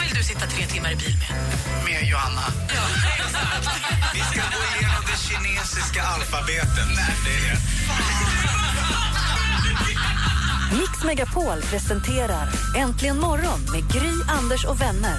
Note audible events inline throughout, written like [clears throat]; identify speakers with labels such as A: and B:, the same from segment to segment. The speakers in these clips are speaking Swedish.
A: vill du sitta tre timmar i bil med?
B: med Johanna. Vi ska gå igenom det kinesiska alfabetet. Nej, det är det.
C: Mix Megapol presenterar Äntligen morgon med Gry, Anders och vänner.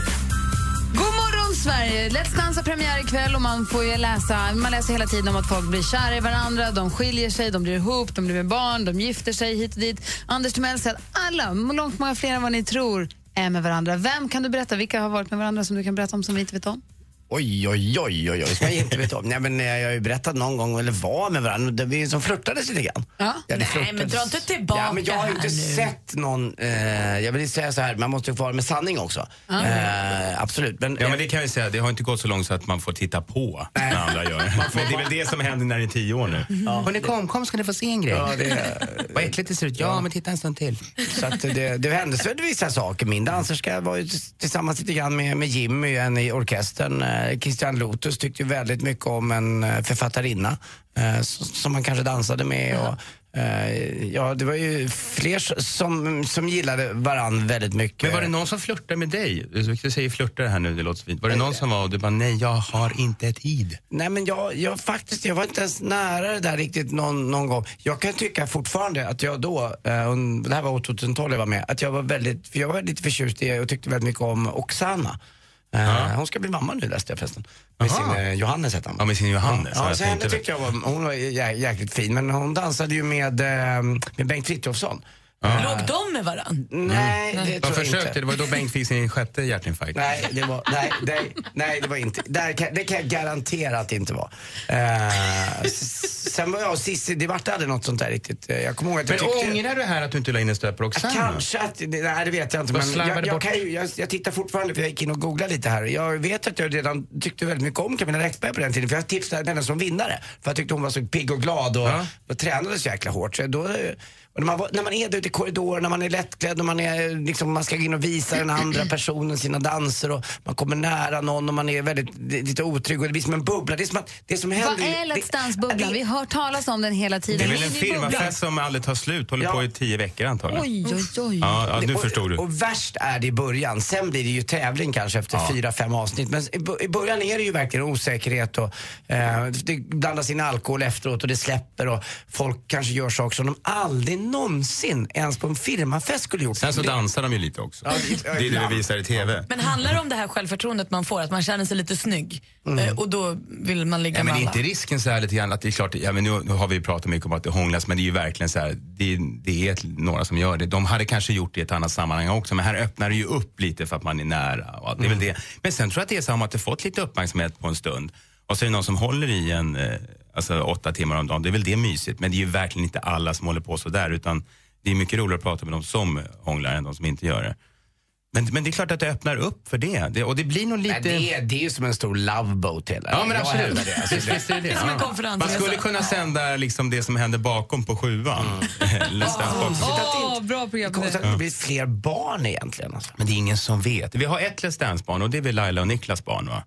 D: God morgon, Sverige! Let's Dance har premiär ikväll och man får ju läsa, man läser hela tiden om att folk blir kära i varandra, de skiljer sig, de blir ihop, de blir med barn, de gifter sig hit och dit. Anders Timell säger att alla, långt många fler än vad ni tror, är med varandra. Vem kan du berätta? Vilka har varit med varandra som du kan berätta om som vi inte vet om?
E: Oj, oj, oj, oj, oj, som jag inte vet om. Nej, men eh, jag har ju berättat någon gång, eller var med varandra, det- vi som flörtades lite grann.
D: Ja.
E: Ja, det
F: Nej,
E: flörtades.
F: men dra inte tillbaka
E: ja, men Jag har ju inte
F: här nu.
E: sett någon, eh, jag vill säga så här, man måste ju få vara med sanning också. Eh, absolut. Men,
G: Ja men det kan vi säga, det har inte gått så långt så att man får titta på när
E: eh,
G: andra
E: [laughs]
G: gör det. Men det är väl det som händer när det är tio år nu.
E: Hörni, kom, kom ska ni få se en grej. Ja, det, Vad äckligt det ser ut. Ja, men titta en stund till. Så att det, det hände så är det vissa saker. Min danserska var ju t- tillsammans lite grann med, med Jimmy, en i orkestern. Eh, Christian Lotus tyckte ju väldigt mycket om en eh, författarinna eh, s- som han kanske dansade med. Och, eh, ja, det var ju fler s- som, som gillade varann väldigt mycket.
G: Men var det någon som flörtade med dig? Du säger flörtar här nu, det låter så fint. Var det någon som var och du bara nej, jag har inte tid.
E: Nej men jag, jag faktiskt, jag var inte ens nära det där riktigt någon, någon gång. Jag kan tycka fortfarande att jag då, eh, un- det här var år 2012 jag var med, att jag var väldigt, för jag var lite förtjust i och tyckte väldigt mycket om Oksana. Eh, Hon ska bli mamma nu läste jag förresten. Med
G: Aha.
E: sin eh, Johannes hette han.
G: Ja, med sin Johannes.
E: Ja,
G: Ja,
E: ja
G: jag
E: så henne
G: tänkte det.
E: tyckte jag var, hon var jä, jäkligt fin. Men hon dansade ju med, eh, med Bengt Frithiofsson.
F: Låg de med varann?
G: Mm.
E: Nej, det
G: Jag
E: tror jag inte.
G: försökte, det var då Bengt fick sin sjätte hjärtinfarkt.
E: Nej, det var, nej, nej, nej, det var inte. Där kan, det kan jag garantera att det inte var. Eh, s- sen var jag och Cissi Divarte hade något sånt där riktigt. Eh, Jag kommer ihåg att
G: Men
E: jag tyckte...
G: ångrar du här att du inte la in en stöt på Roxanne?
E: Kanske att, det- nej det vet jag inte.
G: Vad
E: Men jag,
G: slarvade
E: jag,
G: bort?
E: kan ju, jag, jag tittar fortfarande, för jag gick in och googlade lite här. Jag vet att jag redan tyckte väldigt mycket om Camilla Läckberg på den tiden, för jag tipsade henne som vinnare. För jag tyckte hon var så pigg och glad och,
G: Ja.
E: och tränade så jäkla hårt. Så då, och när, man, var- när man är där ute i korridoren, när man är lättklädd och man, är, liksom, man ska gå in och visa den andra personen sina danser och man kommer nära någon och man är väldigt lite otrygg och det blir som en bubbla. Det är som att det som händer...
D: Vad är
E: det-
D: Let's Dance-bubblan?
E: det-
D: Vi hör talas om den hela
G: Det
D: tiden.
G: är väl en
D: Minibubblan.
G: firmafest som aldrig tar slut, håller
E: Ja.
G: på i tio veckor antagligen.
D: Oj, oj, oj.
G: Ja, ja, nu
E: och,
G: förstod du.
E: Och värst är det i början. Sen blir det ju tävling kanske efter fyra, fem avsnitt. Men i bo- i början är det ju verkligen osäkerhet och eh, det blandas in alkohol efteråt och det släpper och folk kanske gör saker som de aldrig någonsin ens på en firmafest skulle gjort.
G: Sen så dansar de ju lite också.
E: det-
G: Det är det vi visar i TV.
F: Men handlar det om det här självförtroendet man får, att man känner sig lite snygg eh, och då vill man ligga
G: Ja, Mm. men
F: med
G: är
F: alla?
G: inte risken så här lite grann att det är klart, ja, men nu, nu har vi pratat mycket om att det hånglas men det är ju verkligen så här, det, det är ett, några som gör det. De hade kanske gjort det i ett annat sammanhang också men här öppnar det ju upp lite för att man är nära. Och allt. det är
F: Mm.
G: väl det. Men sen tror jag att det är så här, om att det fått lite uppmärksamhet på en stund och så är det någon som håller i en eh, alltså, åtta timmar om dagen. Det är väl det mysigt men det är ju verkligen inte alla som håller på så där utan det är mycket roligare att prata med de som hånglar än de som inte gör det. Men, men det är klart att det öppnar upp för det, det och det blir nog lite...
E: Nej, det, är, det är ju som en stor loveboat hela
G: Ja, men absolut.
E: Det, alltså,
G: Visst, visst är det det.
F: som en
G: Ja. Man
F: konferensresa.
G: skulle kunna sända liksom det som händer bakom på sjuan. [laughs] Let's Dance bakom.
D: Åh, bra
E: det kommer
D: programledare.
E: att det blir fler barn egentligen. Alltså.
G: Men det är ingen som vet. Vi har ett Let's Dance-barn och det är väl Laila och Niklas barn va?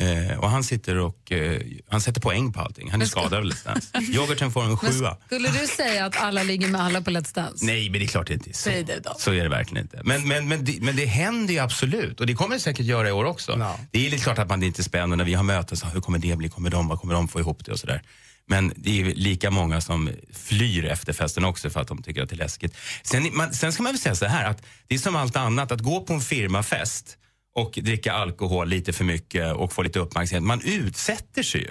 G: Eh, och han sitter och eh, han sätter poäng på allting. Han är skadad av Let's Dance. Yoghurten
F: [laughs]
G: får en sjua.
D: Skulle du säga att alla ligger med alla på Let's Dance?
G: Nej, men det är klart det inte är så.
F: Säg det då.
G: Så är det verkligen inte. Men, men, men, det, men det händer ju absolut och det kommer det säkert göra i år också.
E: Ja.
G: Det är lite klart att man det är inte är spännande när vi har möten. Så, hur kommer det bli? Kommer de, vad kommer de få ihop det och sådär. Men det är ju lika många som flyr efter festen också för att de tycker att det är läskigt. Sen, man, sen ska man väl säga så här att det är som allt annat att gå på en firmafest och dricka alkohol lite för mycket och få lite uppmärksamhet. Man utsätter sig ju.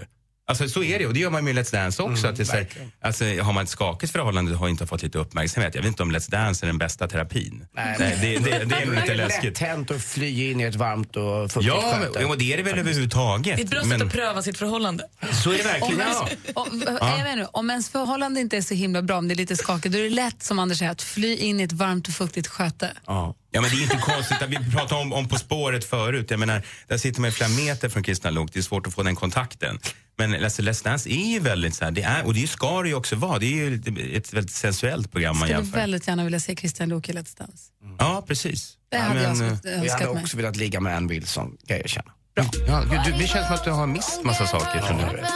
G: Alltså så är det och det gör man ju med Let's Dance också.
E: Mm,
G: att det är så här, alltså, har man ett skakigt förhållande och har inte fått lite uppmärksamhet. Jag vet inte om Let's Dance är den bästa terapin.
E: Nej,
G: Nej, det, det, det
E: [laughs]
G: är nog lite
E: Det är
G: läskigt.
E: lätt hänt att fly in i ett varmt och fuktigt
G: Ja, men-
E: sköte.
G: och det är det väl
F: Det är ett
G: överhuvudtaget.
F: bra sätt
G: Men
F: att pröva sitt förhållande.
H: Mm.
G: så är det verkligen.
F: [laughs]
G: Ja.
D: Och, eh, jag vet nu, om ens förhållande inte är så himla bra, om det är lite skakigt, då är det lätt som Anders säger att fly in i ett varmt och fuktigt sköte.
E: Ja.
G: Ja, men det är inte konstigt. att Vi pratade om, om På spåret förut. Jag menar, där sitter man ju flera meter från Kristina Lok. Det är svårt att få den kontakten. Men alltså, Let's Dance är ju väldigt så här, det är, och det ska det ju också vara. Det är ju ett- ett väldigt sensuellt program man
D: Skulle
G: jämför.
D: väldigt gärna vilja se Christian Lok i Let's Dance.
G: Ja,
D: [laughs]
G: precis.
D: Det
G: ja, eh,
D: hade jag önskat-
E: Jag hade
D: önskat mig.
E: också velat ligga med Ann Wilson, kan jag erkänna. Bra. Ja, gud, du, det känns som att du har missat massa saker. tror jag.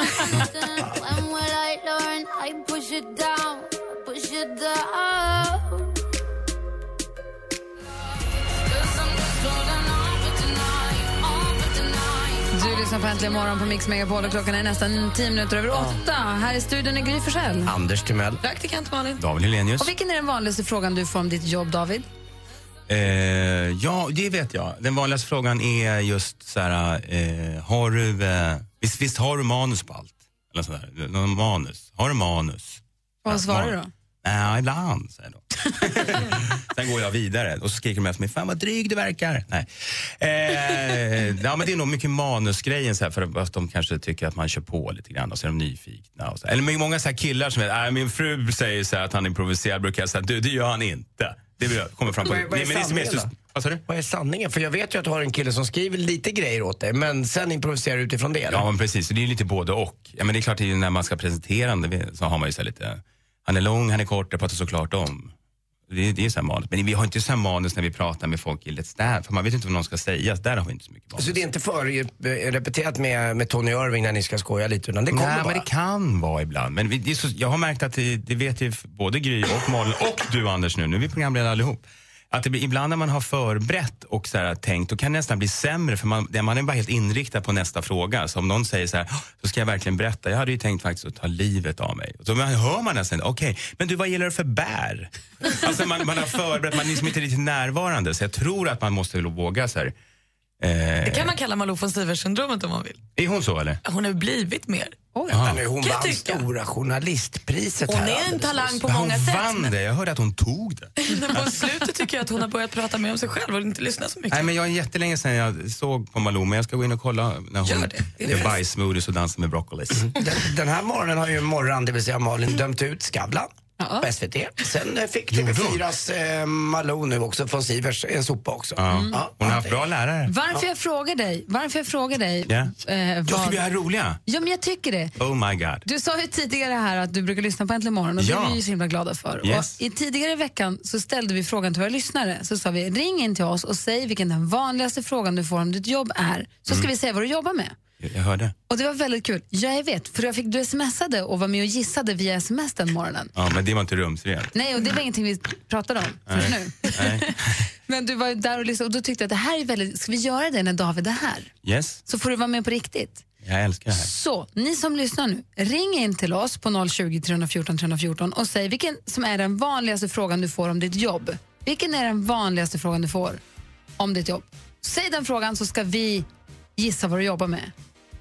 D: Du lyssnar på Äntligen morgon på Mix Megapol och klockan är nästan 10 minuter över åtta. Här i studion är Gry Forssell.
E: Anders Timell.
D: Praktikant Malin.
G: David Hellenius.
D: Och vilken är den vanligaste frågan du får om ditt jobb, David?
G: Eh, ja, det vet jag. Den vanligaste frågan är just så här, eh, har du, eh, visst, visst har du manus på allt? Eller så där. Någon manus. Har du manus?
D: Och vad svarar du då?
G: Nej, ibland, säger de. Sen går jag vidare och så skriker de efter mig, fan vad dryg du verkar. Nej. Eh, ja, men det är nog mycket manusgrejen, så här, för att de kanske tycker att man kör på lite grann och så är de nyfikna. Och så. här. Eller men många så här killar som är, "Nej, min fru säger så här att han improviserar, brukar jag säga, du det gör han inte. Det vill jag- kommer fram på.
E: Vad är- vad är
G: Nej, men det är som är
E: sanningen
G: så-
E: då?
G: Vad sa du?
E: Vad är sanningen? För jag vet ju att du har en kille som skriver lite grejer åt dig, men sen improviserar du utifrån det. eller?
G: Ja, men precis. Så Det är ju lite både och. Ja, men det är klart, det är ju när man ska presentera honom, så har man ju så här lite... Han är lång, han är kort, det pratar såklart om. Det är, det är ju så här manus. Men vi har inte så här manus när vi pratar med folk i Let's Dance, för man vet inte vad någon ska säga. Så Där har vi inte så mycket manus.
E: Så det är inte förrepeterat med, med Tony Irving när ni ska skoja lite, utan det kommer
G: Nej,
E: bara.
G: men det kan vara ibland. Men vi, det är så, jag har märkt att det, det vet ju både Gry och Malin och du Anders nu, nu är vi programledare allihop. Att det blir, ibland när man har förberett och så här, tänkt, då kan det nästan bli sämre för man, det- man är bara helt inriktad på nästa fråga. Så om någon säger så här, "Åh, så ska jag verkligen berätta, jag hade ju tänkt faktiskt att ta livet av mig. Och så man- hör man nästan, okej, men du vad gäller det för bär? [laughs] Alltså man, man har förberett, man är liksom inte riktigt närvarande. Så jag tror att man måste våga så här.
F: Det
G: Eh,
F: kan man kalla Malou von Sivers-syndromet om man vill.
G: är hon så eller?
F: Hon har blivit mer.
E: Vänta nu, hon
F: Kan
E: vann
F: jag tycka.
E: stora journalistpriset
F: Hon
E: här
F: är en
E: alldeles
F: talang
E: nyss.
F: på många
G: hon
F: sätt,
G: vann
F: men-
G: det, jag hörde att hon tog det.
F: Men på slutet tycker jag att hon har börjat prata mer om sig själv och inte lyssna så mycket.
G: Nej, men jag är jättelänge sedan jag såg på Malou, men jag ska gå in och kolla när hon
F: Gör det. Det är
G: gör
F: bäst.
G: bajssmoothies och dansar med broccolis.
E: Den, den här morgonen har ju morgon, det vill säga Malin, dömt ut Skavlan på SVT. Sen eh, fick TV4s eh, Malou nu också från Sivers en sopa också. Mm.
G: Ja.
E: Ja,
G: Hon har haft bra lärare.
D: Varför jag frågar dig, varför jag frågar dig
G: Ja.
D: eh,
G: Jag ska
D: vad...
G: bli här roliga.
D: Ja, men jag tycker det.
G: Oh my god.
D: Du sa ju tidigare här att du brukar lyssna på Äntligen morgon och det
G: Ja.
D: är vi ju så himla glada för.
G: Yes.
D: Och i tidigare i veckan så ställde vi frågan till våra lyssnare. Så sa vi ring in till oss och säg vilken den vanligaste frågan du får om ditt jobb är. Så ska
G: Mm.
D: vi säga vad du jobbar med.
G: Jag jag hörde.
D: Och det var väldigt kul. Ja, jag vet, för jag fick du smsade och var med och gissade via sms den morgonen.
G: Ja, men det var inte rumsrent.
D: Nej, och det var ingenting vi pratade om för nu.
G: Nej.
D: [laughs] Men du var ju där och lyssnade och då tyckte jag att det här är väldigt, ska vi göra det när David är här?
G: Yes,
D: Så får du vara med på riktigt.
G: jag älskar det här.
D: Så, ni som lyssnar nu, ring in till oss på 020 314 314 och säg vilken som är den vanligaste frågan du får om ditt jobb. Vilken är den vanligaste frågan du får om ditt jobb? Säg den frågan så ska vi gissa vad du jobbar med.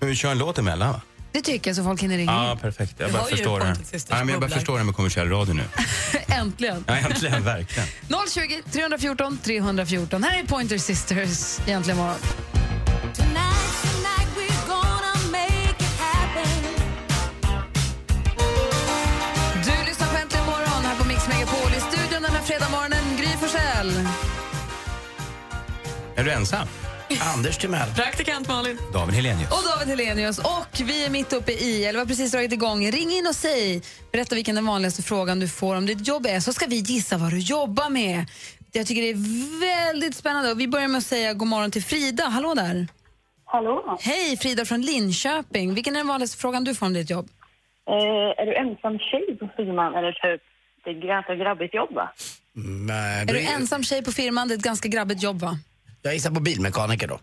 G: Men vi kör en låt emellan, va?
D: Det tycker jag så folk hinner ringa
G: Ja,
D: in.
G: perfekt. Jag
F: Mm. Du
G: bara
F: har ju
G: förstår det här.
F: Pontus systers
G: Ja, men jag bara
F: bubblar.
G: förstår det här med kommersiell radio nu.
D: Äntligen!
G: Ja, äntligen, verkligen.
D: 020 314 314. Här är Pointer Sisters egentligen morgon. Du lyssnar på Äntligen morgon här på Mix Megapol i studion den här fredagmorgonen. Gry Forssell.
G: Är du ensam?
E: Anders Timell.
F: Praktikant Malin.
G: David Helenius.
D: Och David Helenius. Och vi är mitt uppe i, eller vi har precis dragit igång, ring in och säg, berätta vilken den vanligaste frågan du får om ditt jobb är, så ska vi gissa vad du jobbar med. Jag tycker det är väldigt spännande. Och vi börjar med att säga god morgon till Frida. Hallå där.
I: Hallå?
D: Hej, Frida från Linköping. Vilken är den vanligaste frågan du får om ditt jobb?
I: Eh, är du ensam tjej på firman eller typ det är ganska grabbigt jobb va?
E: Nej,
D: Är
E: då
D: du ensam tjej på firman? Det är ett ganska grabbigt jobb, va?
E: Jag gissar på bilmekaniker då.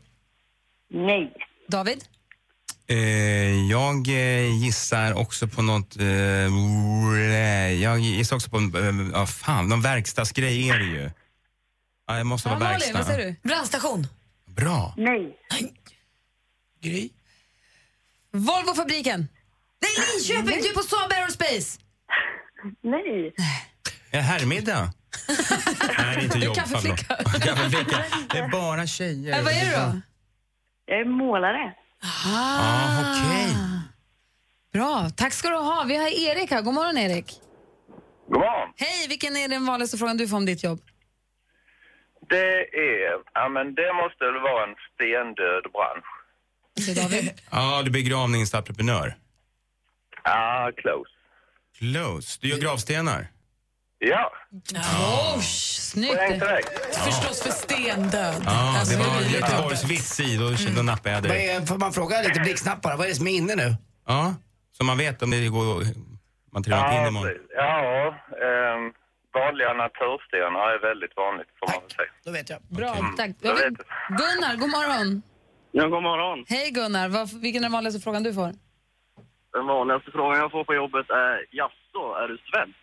I: Nej.
D: David?
G: Eh, jag eh, gissar också på något... Eh, jag gissar också på... en- eh, Ja, fan, någon verkstadsgrej är det ju. Ja, det måste vara
D: Malin,
G: verkstad.
D: vad säger du?
F: Brandstation.
G: Bra.
I: Nej.
E: Gry?
D: Volvofabriken? Nej, Linköping! Du är på Saab Aerospace!
I: Nej.
G: Är det herrmiddag? Nej, det är inte
D: Du är
G: jobb.
D: kaffeflicka. [laughs]
G: fan, bra. kaffeflicka. Det är bara tjejer.
D: Äh, vad är du då?
I: Jag är målare.
G: Ah, okej.
D: Bra, tack ska du ha. Vi har Erik här. God morgon, Erik.
J: God morgon.
D: Hej, vilken är den vanligaste frågan du får om ditt jobb?
J: Det är, ja men det måste väl vara en stendöd bransch.
D: Alltså,
F: [laughs]
G: Ja, du är begravningsentreprenör.
J: Ah, close.
G: Close. Du gör gravstenar?
J: Ja.
F: Oh, snyggt! Förstås för stendöd.
G: Ja, det
F: Alltså,
G: var
F: blir
G: Göteborgs
F: dubbelt.
G: vits i, då, då nappade jag
E: Vad
G: dig.
E: är, Eh, får man fråga lite blixtsnabbt bara, vad är det som är inne nu?
G: Ja, så man vet om det går... Man trillar inte in imorgon.
J: Ja, ehm, vanliga naturstenar är väldigt vanligt får man väl säga.
E: Då vet jag.
D: Bra, tack.
J: Jag vet.
D: Gunnar, god morgon.
K: Ja, god morgon.
D: Hej Gunnar, Vad, vilken är den vanligaste frågan du får?
K: Den vanligaste frågan jag får på jobbet är Jaså, är du svensk?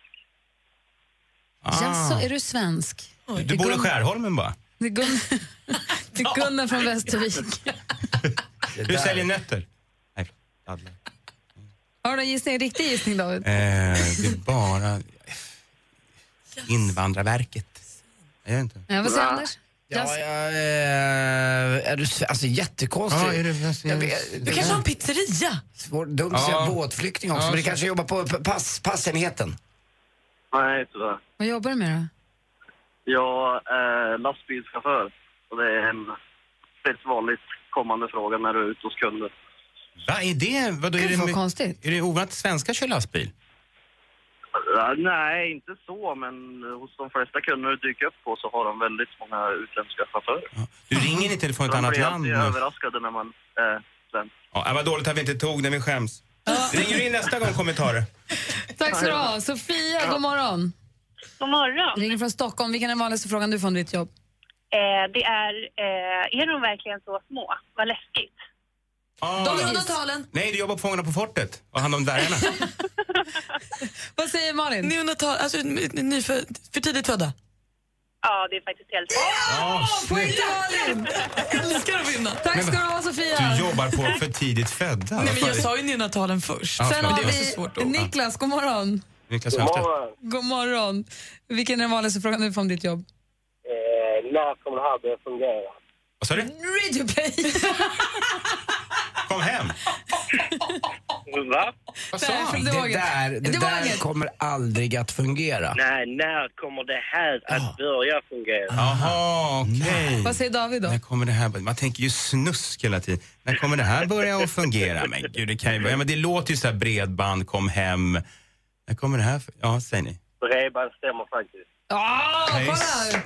D: Jaså, är du svensk?
G: Ah. Du, du bor i Skärholmen bara?
D: Det är Gun- [laughs] det är Gunnar från Västervik.
G: Du säljer nötter? Nej, Eh, förlåt. Dadlar.
D: Har du någon gissning? Riktig gissning David?
G: Eh, det är bara... Invandrarverket. Jag vet inte.
D: Ja, vad säger Anders?
E: Ja, ja, eh, är du, sve- alltså jättekonstigt.
G: Ja, är du-
E: Jag vet-
F: Du kanske har en pizzeria?
E: Svår, dumt att säga
F: Ja.
E: båtflykting också,
F: Ja,
E: men du
F: så-
E: kanske jobbar på p- pass, passenheten?
K: Nej, tyvärr.
D: Vad jobbar du med då?
K: Jag är lastbilschaufför. Och det är en rätt vanligt kommande fråga när du är ute hos kunder.
G: Va, är det... Vadå, är
K: Gud,
G: det,
K: vad
G: my-
D: konstigt.
G: Är det ovanligt att svenskar kör lastbil?
K: Ja, Nej, inte så, men hos de flesta kunder du dyker upp på så har de väldigt många utländska chaufförer.
G: Du ringer inte från ett
K: de
G: annat
K: blir
G: land?
K: alltid
G: nu?
K: överraskade när man är svensk.
G: Ja, vad dåligt att vi inte tog den, vi skäms. Ringer du in nästa gång kommentarer?
D: Tack så du ha. Sofia, god morgon.
L: God morgon.
D: Ringer från Stockholm. Vilken är den vanligaste frågan du får om ditt jobb?
L: Eh, det är, eh, är de verkligen så små? Vad läskigt.
G: Ah,
L: runda
D: talen.
G: Nej, du jobbar på Fångarna på fortet och hand om dvärgarna.
D: Vad säger Malin?
F: Neonatal, alltså n- n- nyfö- för tidigt födda.
L: Ja, det är faktiskt helt
D: Poäng till Malin!
F: Älskar att vinna.
D: Tack ska du ha Sofia.
G: Du jobbar på för tidigt födda.
F: Nej, men jag sa ju neonatalen först.
G: Ja,
D: Sen
G: förlåt.
D: har
G: Det var så svårt
D: vi
G: att-
D: Niklas, god morgon.
G: Niklas Hallstedt.
D: God morgon. Vilken är den vanligaste frågan du får om ditt jobb?
K: eh,
M: när kommer det här börja fungera?
G: Vad sa du?
D: Radio Play.
G: Kom hem!
K: Va?
E: Vad
K: sa han?
E: Det där, det
K: Det var
E: där
K: inget.
E: kommer aldrig att fungera.
M: Nej, när kommer det här
G: Ah.
M: att börja fungera?
G: Jaha, okej.
D: Vad säger David då?
G: När kommer det här börja- Man tänker ju snusk hela tiden. När kommer det här börja att fungera? Men gud, det kan ju vara... Ja, men det låter ju så här bredband, kom hem. När kommer det här... för- Ja, säg ni.
M: Bredband stämmer faktiskt.
D: Ah,
G: Hej.
D: kolla här.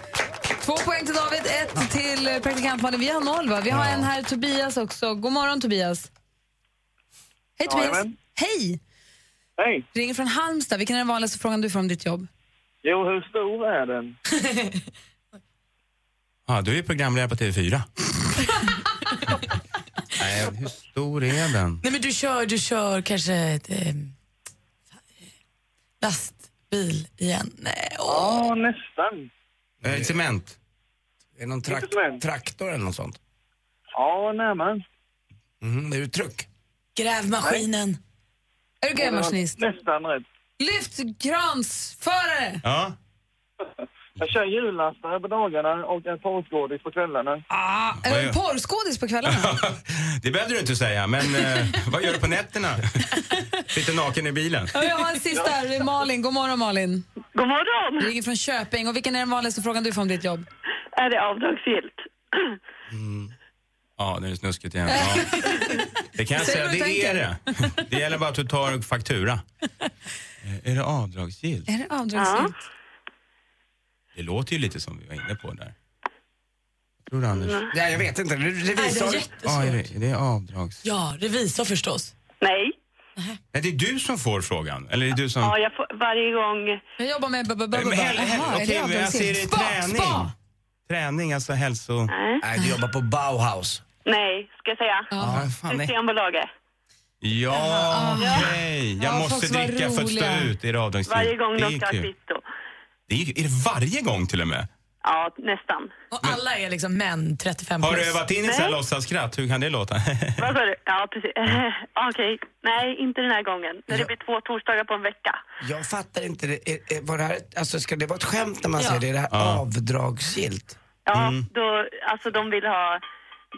D: Två poäng till David, ett till eh, praktikant Malin. Vi har noll va? Vi har en här, Tobias också. God morgon Tobias. Hej Tobias.
N: Jajamän.
D: Hej.
N: Hej.
D: Ringer från Halmstad. Vilken är den vanligaste frågan du får om ditt jobb?
N: Jo, hur stor är den?
G: Ja, du är programledare på TV4. [laughs] Nej, hur stor är den?
F: Nej men du kör, du kör kanske ett, eh, lastbil igen. Nej, åh.
N: Ja, nästan.
G: Eh, cement.
E: Är det någon trakt, traktor eller något sånt?
N: Ja, närmare.
E: Mm, det är ju truck.
F: Grävmaskinen.
D: Är du grävmaskinist?
N: Nästan rätt.
D: Lyftkransförare!
G: Ja. [laughs]
N: Jag kör hjullastare på dagarna och en porrskådis på kvällarna.
D: Ah,
G: Vad
D: är du
G: gör-
D: porrskådis på
G: [laughs]
D: kvällarna?
G: Det behövde du inte säga, men eh, vad gör du
E: [laughs]
G: på nätterna? Sitter naken i bilen?
D: Ja, Jag har en sista här. Det är Malin. God morgon Malin.
O: God morgon.
D: Ringer från Köping. Och vilken är den vanligaste frågan du får om ditt jobb?
O: Är det avdragsgillt?
G: Ja, nu är det snuskigt igen. Ja. Det kan jag
O: Säg
G: säga,
O: vad du
G: det är det.
O: tänker.
G: Det gäller bara att du tar faktura. Eh, Är det avdragsgillt?
D: Är det avdragsgillt?
G: Det låter ju lite som vi var inne på där. Tror du, Anders?
E: Mm. Nej, jag vet inte. Re- revisor.
F: Nej, det är jättesvårt.
G: Ja, är det, är det avdrags...
F: Ja, revisor förstås.
O: [clears throat] Nej.
G: Nej, det är du som får frågan. Eller är det du som... Eh,
O: Ja, jag får varje gång...
D: Jag jobbar med... Okej,
G: Men hell- hell- Okej, men jag ser det i träning. Träning, alltså hälso...
E: Nej, du jobbar på Bauhaus.
O: Nej, ska jag säga?
G: Ja, fan, nej.
O: Systembolaget.
G: Ja, okej. Jag
O: Ja,
G: måste
O: folk var
G: dricka för att stå
O: roliga.
G: ut. Är det avdragsgillt?
O: Varje gång
G: det
O: de
G: är
O: ska ha
G: kul.
O: kvitto.
G: Det är, ju- är det varje gång till och med?
O: Ja, nästan.
F: Och alla är liksom män 35
G: Har
F: plus.
G: du övat in i sån här låtsasskratt? Hur kan det låta? [laughs]
O: Vad sa du? Ja, precis. [laughs] Okej. Nej, inte den här gången. När det blir två torsdagar på en vecka.
E: Jag fattar inte. Det. Är, är, var det här, alltså, ska det vara ett skämt när man
O: Ja.
E: säger det? Är det här
O: Ja.
E: avdragsgillt?
O: Ja, då, alltså de vill ha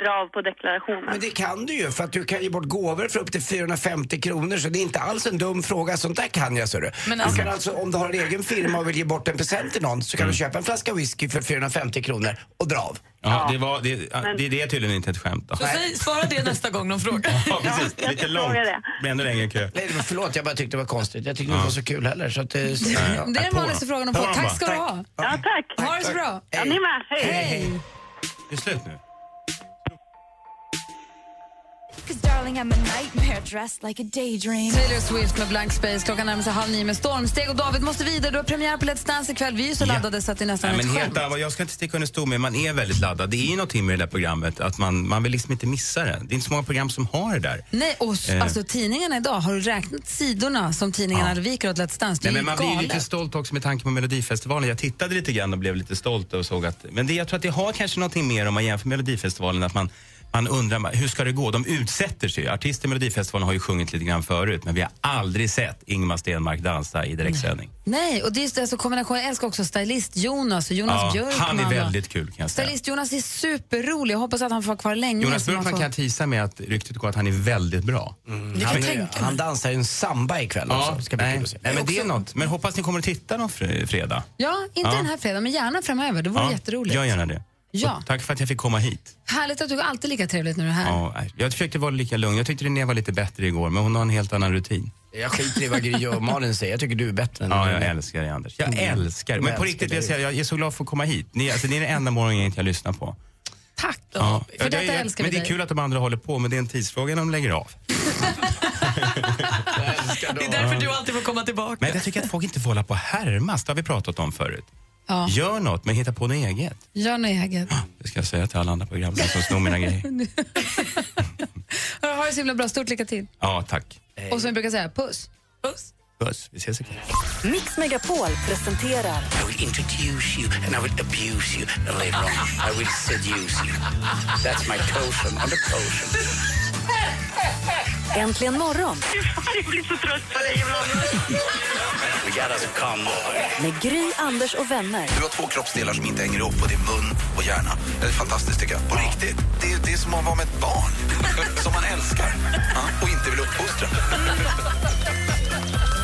O: dra av på deklarationen.
E: Men det kan du ju, för att du kan ge bort gåvor för upp till 450 kronor så det är inte alls en dum fråga. Sånt där kan jag, ser du.
O: Men
E: du
O: alltså-
E: kan alltså, om du har en egen firma och vill ge bort en present till någon så
G: Mm.
E: kan du köpa en flaska whisky för 450 kronor och dra av.
G: Ja, det, var, det, det, det är tydligen inte ett skämt. Då.
F: Så säg, svara det nästa gång någon frågar.
G: Ja, precis. Lite långt, men ännu längre kö.
E: Nej, men förlåt, jag bara tyckte det var konstigt. Jag tyckte det inte var så kul heller. Så att, det
D: Det är den vanligaste frågan de får. Tack ska du ha.
O: Ja, tack.
D: Ha det så bra.
O: Ja, ni med. Hej.
G: Det är slut nu.
D: Taylor Swift med Blank Space. Klockan närmar sig halv nio med stormsteg. Och David måste vidare. Du har premiär på Let's Dance ikväll. Vi är ju så laddade så att det är nästan
G: Nej,
D: ett
G: men
D: skämt.
G: helt allvar, jag ska inte sticka under stol med man är väldigt laddad. Det är ju någonting med det där programmet att man, man vill liksom inte missa det. Det är inte så många program som har det där.
D: Nej, och s-
G: Eh.
D: alltså tidningarna idag, har du räknat sidorna som tidningarna viker åt Let's Dance? Det
G: Nej,
D: är
G: men
D: ju
G: man blir ju lite
D: galet.
G: stolt också med tanke på Melodifestivalen. Jag tittade lite grann och blev lite stolt och såg att... Men det, jag tror att det har kanske någonting mer om man jämför med Melodifestivalen att man, man undrar man, hur ska det gå? De utsätter sig ju. Artister i Melodifestivalen har ju sjungit lite grann förut men vi har aldrig sett Ingmar Stenmark dansa i direktsändning.
D: Mm. Nej, och det är just det, alltså, kombinationen. Jag älskar också stylist Jonas och Jonas
G: Ja,
D: Björkman.
G: han är
D: och-
G: väldigt kul kan jag säga.
D: Stylist Jonas är superrolig. Jag hoppas att han får vara kvar länge.
G: Jonas
D: så man
G: Björkman
D: får-
G: kan jag tisa med att ryktet går att han är väldigt bra.
D: Det kan jag tänka mig.
E: Han dansar ju en samba ikväll
G: Mm. Ja,
E: också. Ska bli
G: nej,
E: kul att se.
G: nej, men det är något. Men hoppas ni kommer att titta någon fr- fredag.
D: Ja, inte
G: Ja.
D: den här fredagen, men gärna framöver. Det vore jätteroligt.
G: Gör gärna det.
D: Ja.
G: Och tack för att jag fick komma hit.
D: Härligt att du alltid lika trevligt när du är här.
G: Ja, nej, jag försökte vara lika lugn. Jag tyckte Linnea var lite bättre igår, men hon har en helt annan rutin.
E: Jag skiter i vad Gry och Malin säger. Jag tycker du är bättre än
G: Ja, jag
E: Gry.
G: älskar dig Anders. Jag
E: Mm.
G: älskar dig. Men
E: Jag
G: på
E: älskar
G: riktigt,
E: dig.
G: jag, säger, jag är så glad för att komma hit. Ni, alltså, ni är den enda morgongänget jag lyssnar på.
D: Tack.
G: Ja.
D: För detta
G: Ja, det är-
D: älskar vi
G: Men det är
D: dig.
G: kul att de andra håller på, men det är en tidsfråga när de lägger av.
F: Det är därför du alltid får komma tillbaka.
G: Men jag tycker att folk inte får hålla på och härmas. Det har vi pratat om förut.
D: Ja.
G: Gör något, men hitta på något eget.
D: Gör något eget.
G: Det ska jag säga till alla andra program som snor mina grejer.
D: Ha det så himla bra. Stort lycka till.
G: Ja, tack.
D: Och som vi brukar säga, puss.
F: Puss.
G: Puss, vi ses ikväll.
C: Mix Megapol presenterar
E: I will introduce you and I will abuse you and later on I will seduce you. That's my potion, I'm a potion.
C: Äntligen morgon
O: Jag blir så trött på dig ibland.
E: We got us a combo.
C: med Gry, Anders och vänner.
B: Du har två kroppsdelar som inte hänger ihop och det är mun och hjärna. Det är fantastiskt tycker jag. På riktigt. Det är, det är som att vara med ett barn [laughs] som man älskar ja, och inte vill uppfostra.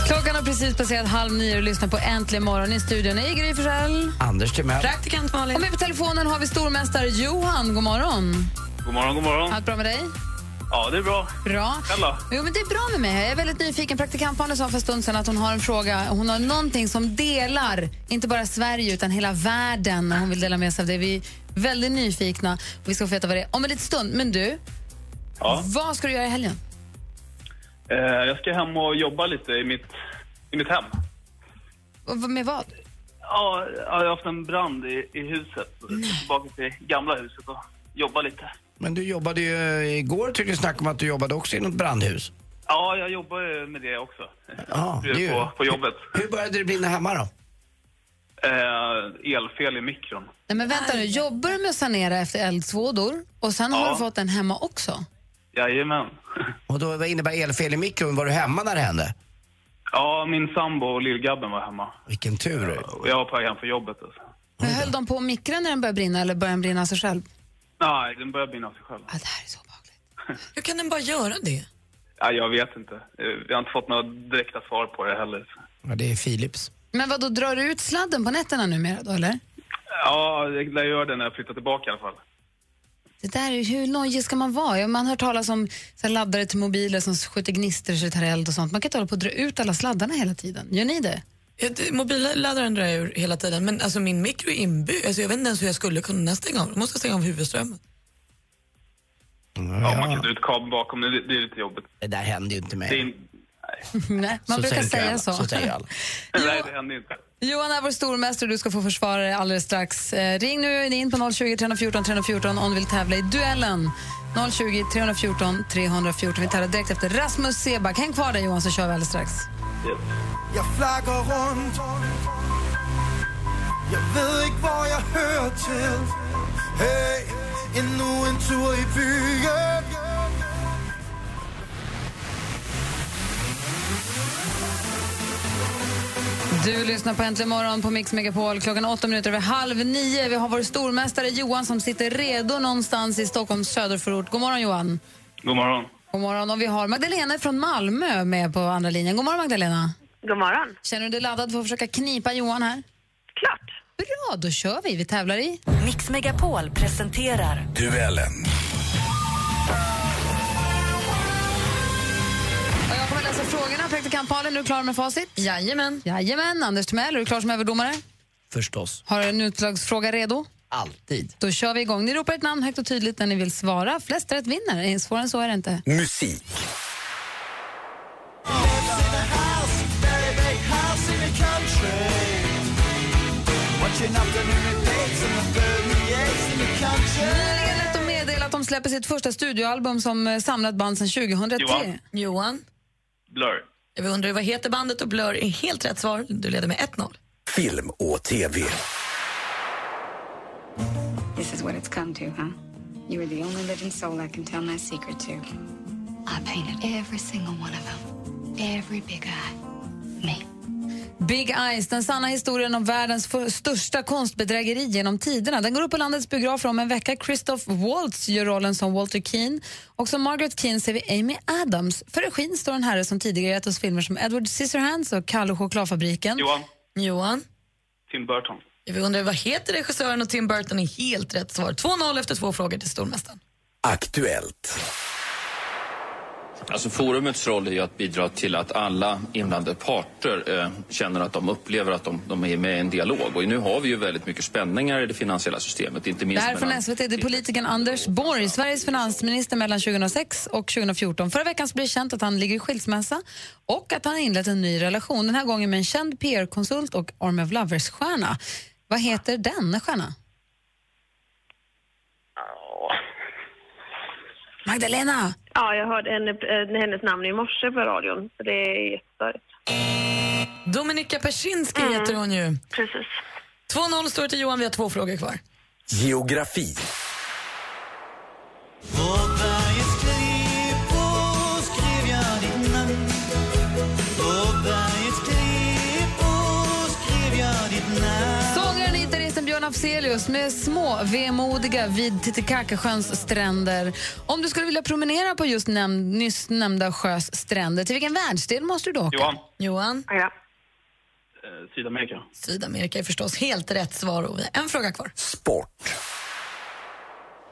D: Klockan har precis passerat halv nio och lyssnar på Äntligen morgon i studion. är Gry Forssell.
E: Anders Timell.
D: Praktikant Malin. Och med på telefonen har vi stormästare Johan. God morgon.
N: God morgon, god morgon.
D: Allt bra med dig?
N: Ja, det är bra.
D: Bra.
N: Själv då?
D: Jo, men det är bra med mig. här. Jag är väldigt nyfiken. Praktikant Malin sa för en stund sedan att hon har en fråga. Hon har någonting som delar, inte bara Sverige utan hela världen. Och hon vill dela med sig av det. Vi är väldigt nyfikna. Vi ska få veta vad det är om en liten stund. Men du,
N: Ja.
D: vad ska du göra i helgen?
N: Eh, jag ska hem och jobba lite i mitt, i mitt hem.
D: Och v- Med vad?
N: Ja, jag har haft en brand i, i huset. Så jag ska Tillbaka till gamla huset och jobba lite.
E: Men du jobbade ju eh, igår tyckte du snack om att du jobbade också i något brandhus.
N: Ja, jag jobbar ju med det också.
E: Ja,
N: Du är
E: ju-
N: på, på jobbet.
E: Hur började det brinna hemma då?
N: Eh, elfel i mikron.
D: Nej, men vänta nu. Jobbar du med att sanera efter eldsvådor och sen har
N: Ja.
D: du fått en hemma också?
N: Jajamän.
E: Och då, vad innebär elfel i mikron? Var du hemma när det hände?
N: Ja, min sambo och lillgabben var hemma.
E: Vilken tur.
N: Och jag var på väg hem från jobbet. Alltså.
D: Men höll de på att mikra när den började brinna eller började den brinna av sig själv?
N: Nej, den börjar brinna av sig själv.
D: Ah, det här är så obehagligt.
F: Hur kan den bara göra det?
N: Ja, jag vet inte. Eh, Jag har inte fått några direkta svar på det heller.
E: Ja, det är Philips.
D: Men vad då drar du ut sladden på nätterna numera då eller?
N: Ja, jag lär göra det när jag flyttar tillbaka i alla fall.
D: Det där är ju, hur nojig ska man vara? Ja, Man har hört talas om så här, laddare till mobiler som skjuter gnistor så det tar eld och sånt. Man kan inte hålla på och dra ut alla sladdarna hela tiden. Gör ni det?
F: Jag- det- Mobilladdaren drar jag ur hela tiden, men alltså min mikro är inbyggd. Alltså jag vet inte ens hur jag skulle kunna stänga av. Jag måste stänga av huvudströmmen.
N: Ja, man kan dra ut kabeln bakom, men det, det är lite jobbigt.
E: Det där händer ju inte mig.
N: Det, är-
D: Nej, man
E: Så
D: brukar
E: tänker
D: säga
E: alla.
D: så.
E: Så säger alla.
N: [laughs] nej, det händer inte.
D: Johan är vår stormästare och du ska få försvara dig alldeles strax. Eh, ring nu in på 020 314 314 om du vill tävla i duellen. 020 314 314. Vi tävlar direkt efter Rasmus Seback. Häng kvar där Johan så kör vi alldeles strax.
P: Jeg flakker rundt Jeg ved ikke, hvor jeg hører til Hey, endnu en tur i byen
D: Du lyssnar på Äntligen morgon på Mix Megapol. Klockan är åtta minuter över halv nio. Vi har vår stormästare Johan som sitter redo någonstans i Stockholms söderförort. God morgon, Johan.
N: God morgon.
D: God morgon. Och vi har Magdalena från Malmö med på andra linjen. God morgon, Magdalena.
O: God morgon.
D: Känner du dig laddad för att försöka knipa Johan här?
O: Klart.
D: Bra, då kör vi. Vi tävlar i...
C: Mix Megapol presenterar
B: Duellen.
D: Och jag kommer läsa frågorna. Praktikant Malin, är du klar med facit? Jajamän. Jajamän. Anders Timell, är du klar som överdomare?
Q: Förstås.
D: Har du en utslagsfråga redo?
Q: Alltid.
D: Då kör vi igång. Ni ropar ett namn högt och tydligt när ni vill svara. Flest rätt vinner. Svårare än så är det inte.
Q: Musik.
D: Nyligen lät de meddela att de släpper sitt första studioalbum som eh, samlat band sedan 2003.
F: Johan. Johan.
J: Blur.
F: Jag undrar vad heter bandet och Blur är helt rätt svar. Du leder med 1-0.
Q: Film och TV.
R: This is what it's come to, huh? You are the only living soul I can tell my secret to. I painted every single one of them. Every big eye.
D: Big Eyes, den sanna historien om världens för- största konstbedrägeri genom tiderna. Den går upp på landets biografer om en vecka. Christoph Waltz gör rollen som Walter Keane. Och som Margaret Keane ser vi Amy Adams. För regin står en herre som tidigare gett oss filmer som Edward Scissorhands och Kalle och chokladfabriken.
N: Johan.
F: Johan.
N: Tim Burton.
F: Jag undrar vad heter regissören och Tim Burton är helt rätt svar. 2-0 efter två frågor till stormästaren.
Q: Aktuellt.
S: Alltså forumets roll är ju att bidra till att alla inblandade parter eh, känner att de upplever att de, de är med i en dialog. Och nu har vi ju väldigt mycket spänningar i det finansiella systemet, inte
D: Det
S: minst
D: här är från SVT. Det är politikern Anders Borg, Sveriges finansminister mellan 2006 och 2014. Förra veckan så blev det känt att han ligger i skilsmässa och att han har inlett en ny relation. Den här gången med en känd PR-konsult och Arm of Lovers-stjärna. Vad heter den stjärna? Magdalena!
O: Ja, jag hörde henne, eh, hennes namn i morse på radion. Så det är jättestörigt.
F: Dominika Persinski heter hon ju.
O: Precis.
F: 2-0 står det till Johan, vi har två frågor kvar.
Q: Geografi.
D: Sångaren och gitarristen Björn Afzelius med små vemodiga vid Titicacasjöns stränder. Om du skulle vilja promenera på just näm- nyss nämnda sjös stränder, till vilken världsdel måste du då åka?
N: Johan.
F: Johan.
O: Ja.
N: Eh, Sydamerika.
F: Sydamerika är förstås helt rätt svar och vi har en fråga kvar.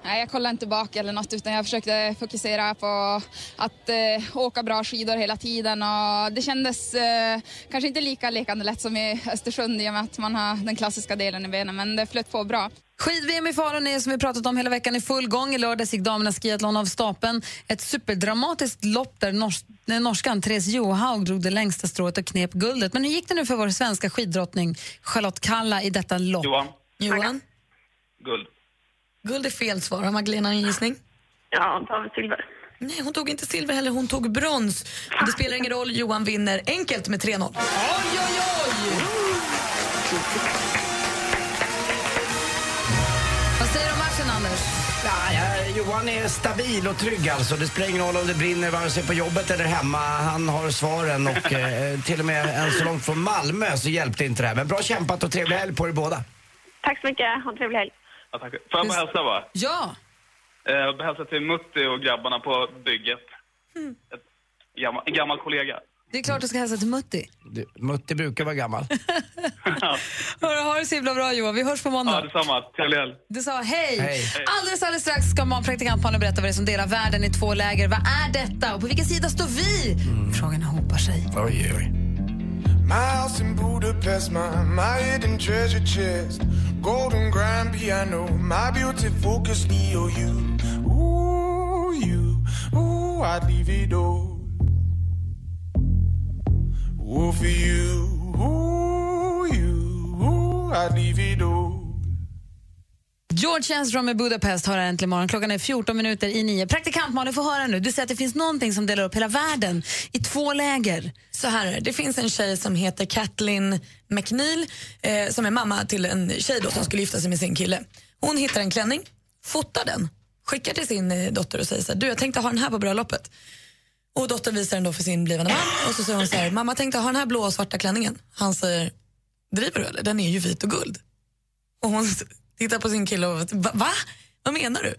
T: Nej, jag kollade inte bak eller något utan jag försökte fokusera på att eh, åka bra skidor hela tiden och det kändes eh, kanske inte lika lekande lätt som i Östersund i och med att man har den klassiska delen i benen men det flöt på bra.
D: Skid-VM i Falun är som vi pratat om hela veckan i full gång. I lördags gick damernas skiathlon av stapeln. Ett superdramatiskt lopp där nors eh, norskan Therese Johaug drog det längsta strået och knep guldet. Men hur gick det nu för vår svenska skiddrottning Charlotte Kalla i detta lopp?
N: Johan.
F: Johan.
N: Guld.
F: Guld är fel svar. Har Magdalena en gissning?
O: Ja, hon tar silver.
F: Nej, hon tog inte silver heller. Hon tog brons. Och det spelar ingen roll. Johan vinner enkelt med 3-0. Oj, oj, oj!
D: Vad säger du om matchen, Anders?
E: eh, Johan är stabil och trygg alltså. Det spelar ingen roll om det brinner vare sig på jobbet eller hemma. Han har
S: [laughs]
E: svaren och eh, till och med en så långt från Malmö så hjälpte inte det här. Men bra kämpat och trevlig helg på er båda.
O: Tack så mycket. Ha en trevlig helg.
N: Ja, tack. Får jag bara hälsa bara?
D: Ja.
N: Eh, Jag hälsar till Mutti och grabbarna på bygget. Ett gammal, en gammal kollega.
D: Det är klart du ska hälsa till Mutti.
E: Du, Mutti brukar vara gammal.
D: Hörru, ha det så himla bra, Johan. Vi hörs på måndag.
N: Ja, detsamma. Trevlig helg.
D: Du sa hej.
N: Hej. Hej.
D: Alldeles, alldeles strax ska man praktikant Malin berätta vad det är som delar världen i två läger. Vad är detta och på vilken sida står vi? Frågorna hopar sig.
E: Oj, oj.
P: My house in Budapest, my, my hidden treasure chest. Golden grand piano, my beauty focus, Leo, you. Ooh, you, ooh, I'd leave it all. Ooh, for you, ooh, you, ooh, I'd leave it all.
D: George Enström med Budapest har äntligen morgon. Klockan är 14 minuter i nio. Praktikant Malin, får höra nu. Du säger att det finns någonting som delar upp hela världen i två läger.
F: Så här är det. Det finns en tjej som heter Kathleen McNeil eh, som är mamma till en tjej då, som skulle gifta sig med sin kille. Hon hittar en klänning, fotar den, skickar till sin eh, dotter och säger så här, du jag tänkte ha den här på bröllopet. Och dottern visar den då för sin blivande man och så säger hon så här, mamma tänkte ha den här blå och svarta klänningen. Han säger, driver du eller? Den är ju vit och guld. Och hon s- tittar på sin kille och va? va? Vad menar du?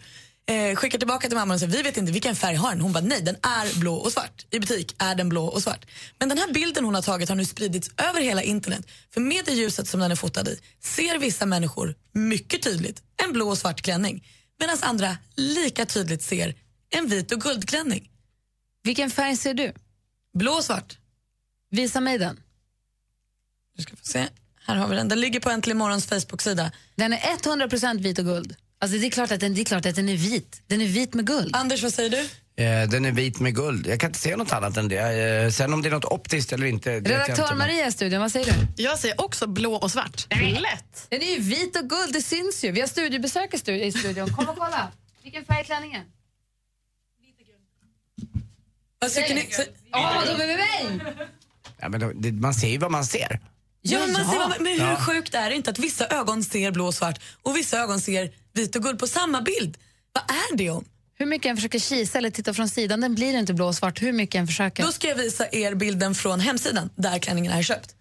F: Eh, skickar tillbaka till mamman och säger vi vet inte vilken färg har den. Hon bara nej, den är blå och svart. I butik är den blå och svart. Men den här bilden hon har tagit har nu spridits över hela internet. För med det ljuset som den är fotad i ser vissa människor mycket tydligt en blå och svart klänning. Medan andra lika tydligt ser en vit och guldklänning.
D: Vilken färg ser du?
F: Blå och svart.
D: Visa mig den.
F: Får se. Här har vi den. Den ligger på Äntligen morgons Facebook-sida.
D: Den är 100% vit och guld. Alltså det är, klart att den, det är klart att den är vit. Den är vit med guld.
F: Anders, vad säger du?
E: Eh, Den är vit med guld. Jag kan inte se något annat än det. Eh, Sen om det är något optiskt eller inte. det vet jag inte,
D: Redaktör
E: men-
D: Maria i studion, vad säger du?
U: Jag säger också blå och svart. Lätt!
D: Den är ju vit och guld, det syns ju. Vi har studiebesök i, studi- i studion. Kom och kolla. Vilken färg är klänningen?
F: Vad tycker ni?
D: Ja, de är med mig!
E: Ja, men då- det- man ser ju vad man ser.
F: Ja, men, man
E: Ja.
F: ser, vad- men hur
E: Ja.
F: sjukt är det inte att vissa ögon ser blå och svart och vissa ögon ser vit och guld på samma bild? Vad är det om?
D: Hur mycket jag försöker kisa eller titta från sidan, den blir inte blå och svart hur mycket jag än försöker.
F: Då ska jag visa er bilden från hemsidan där klänningen är köpt.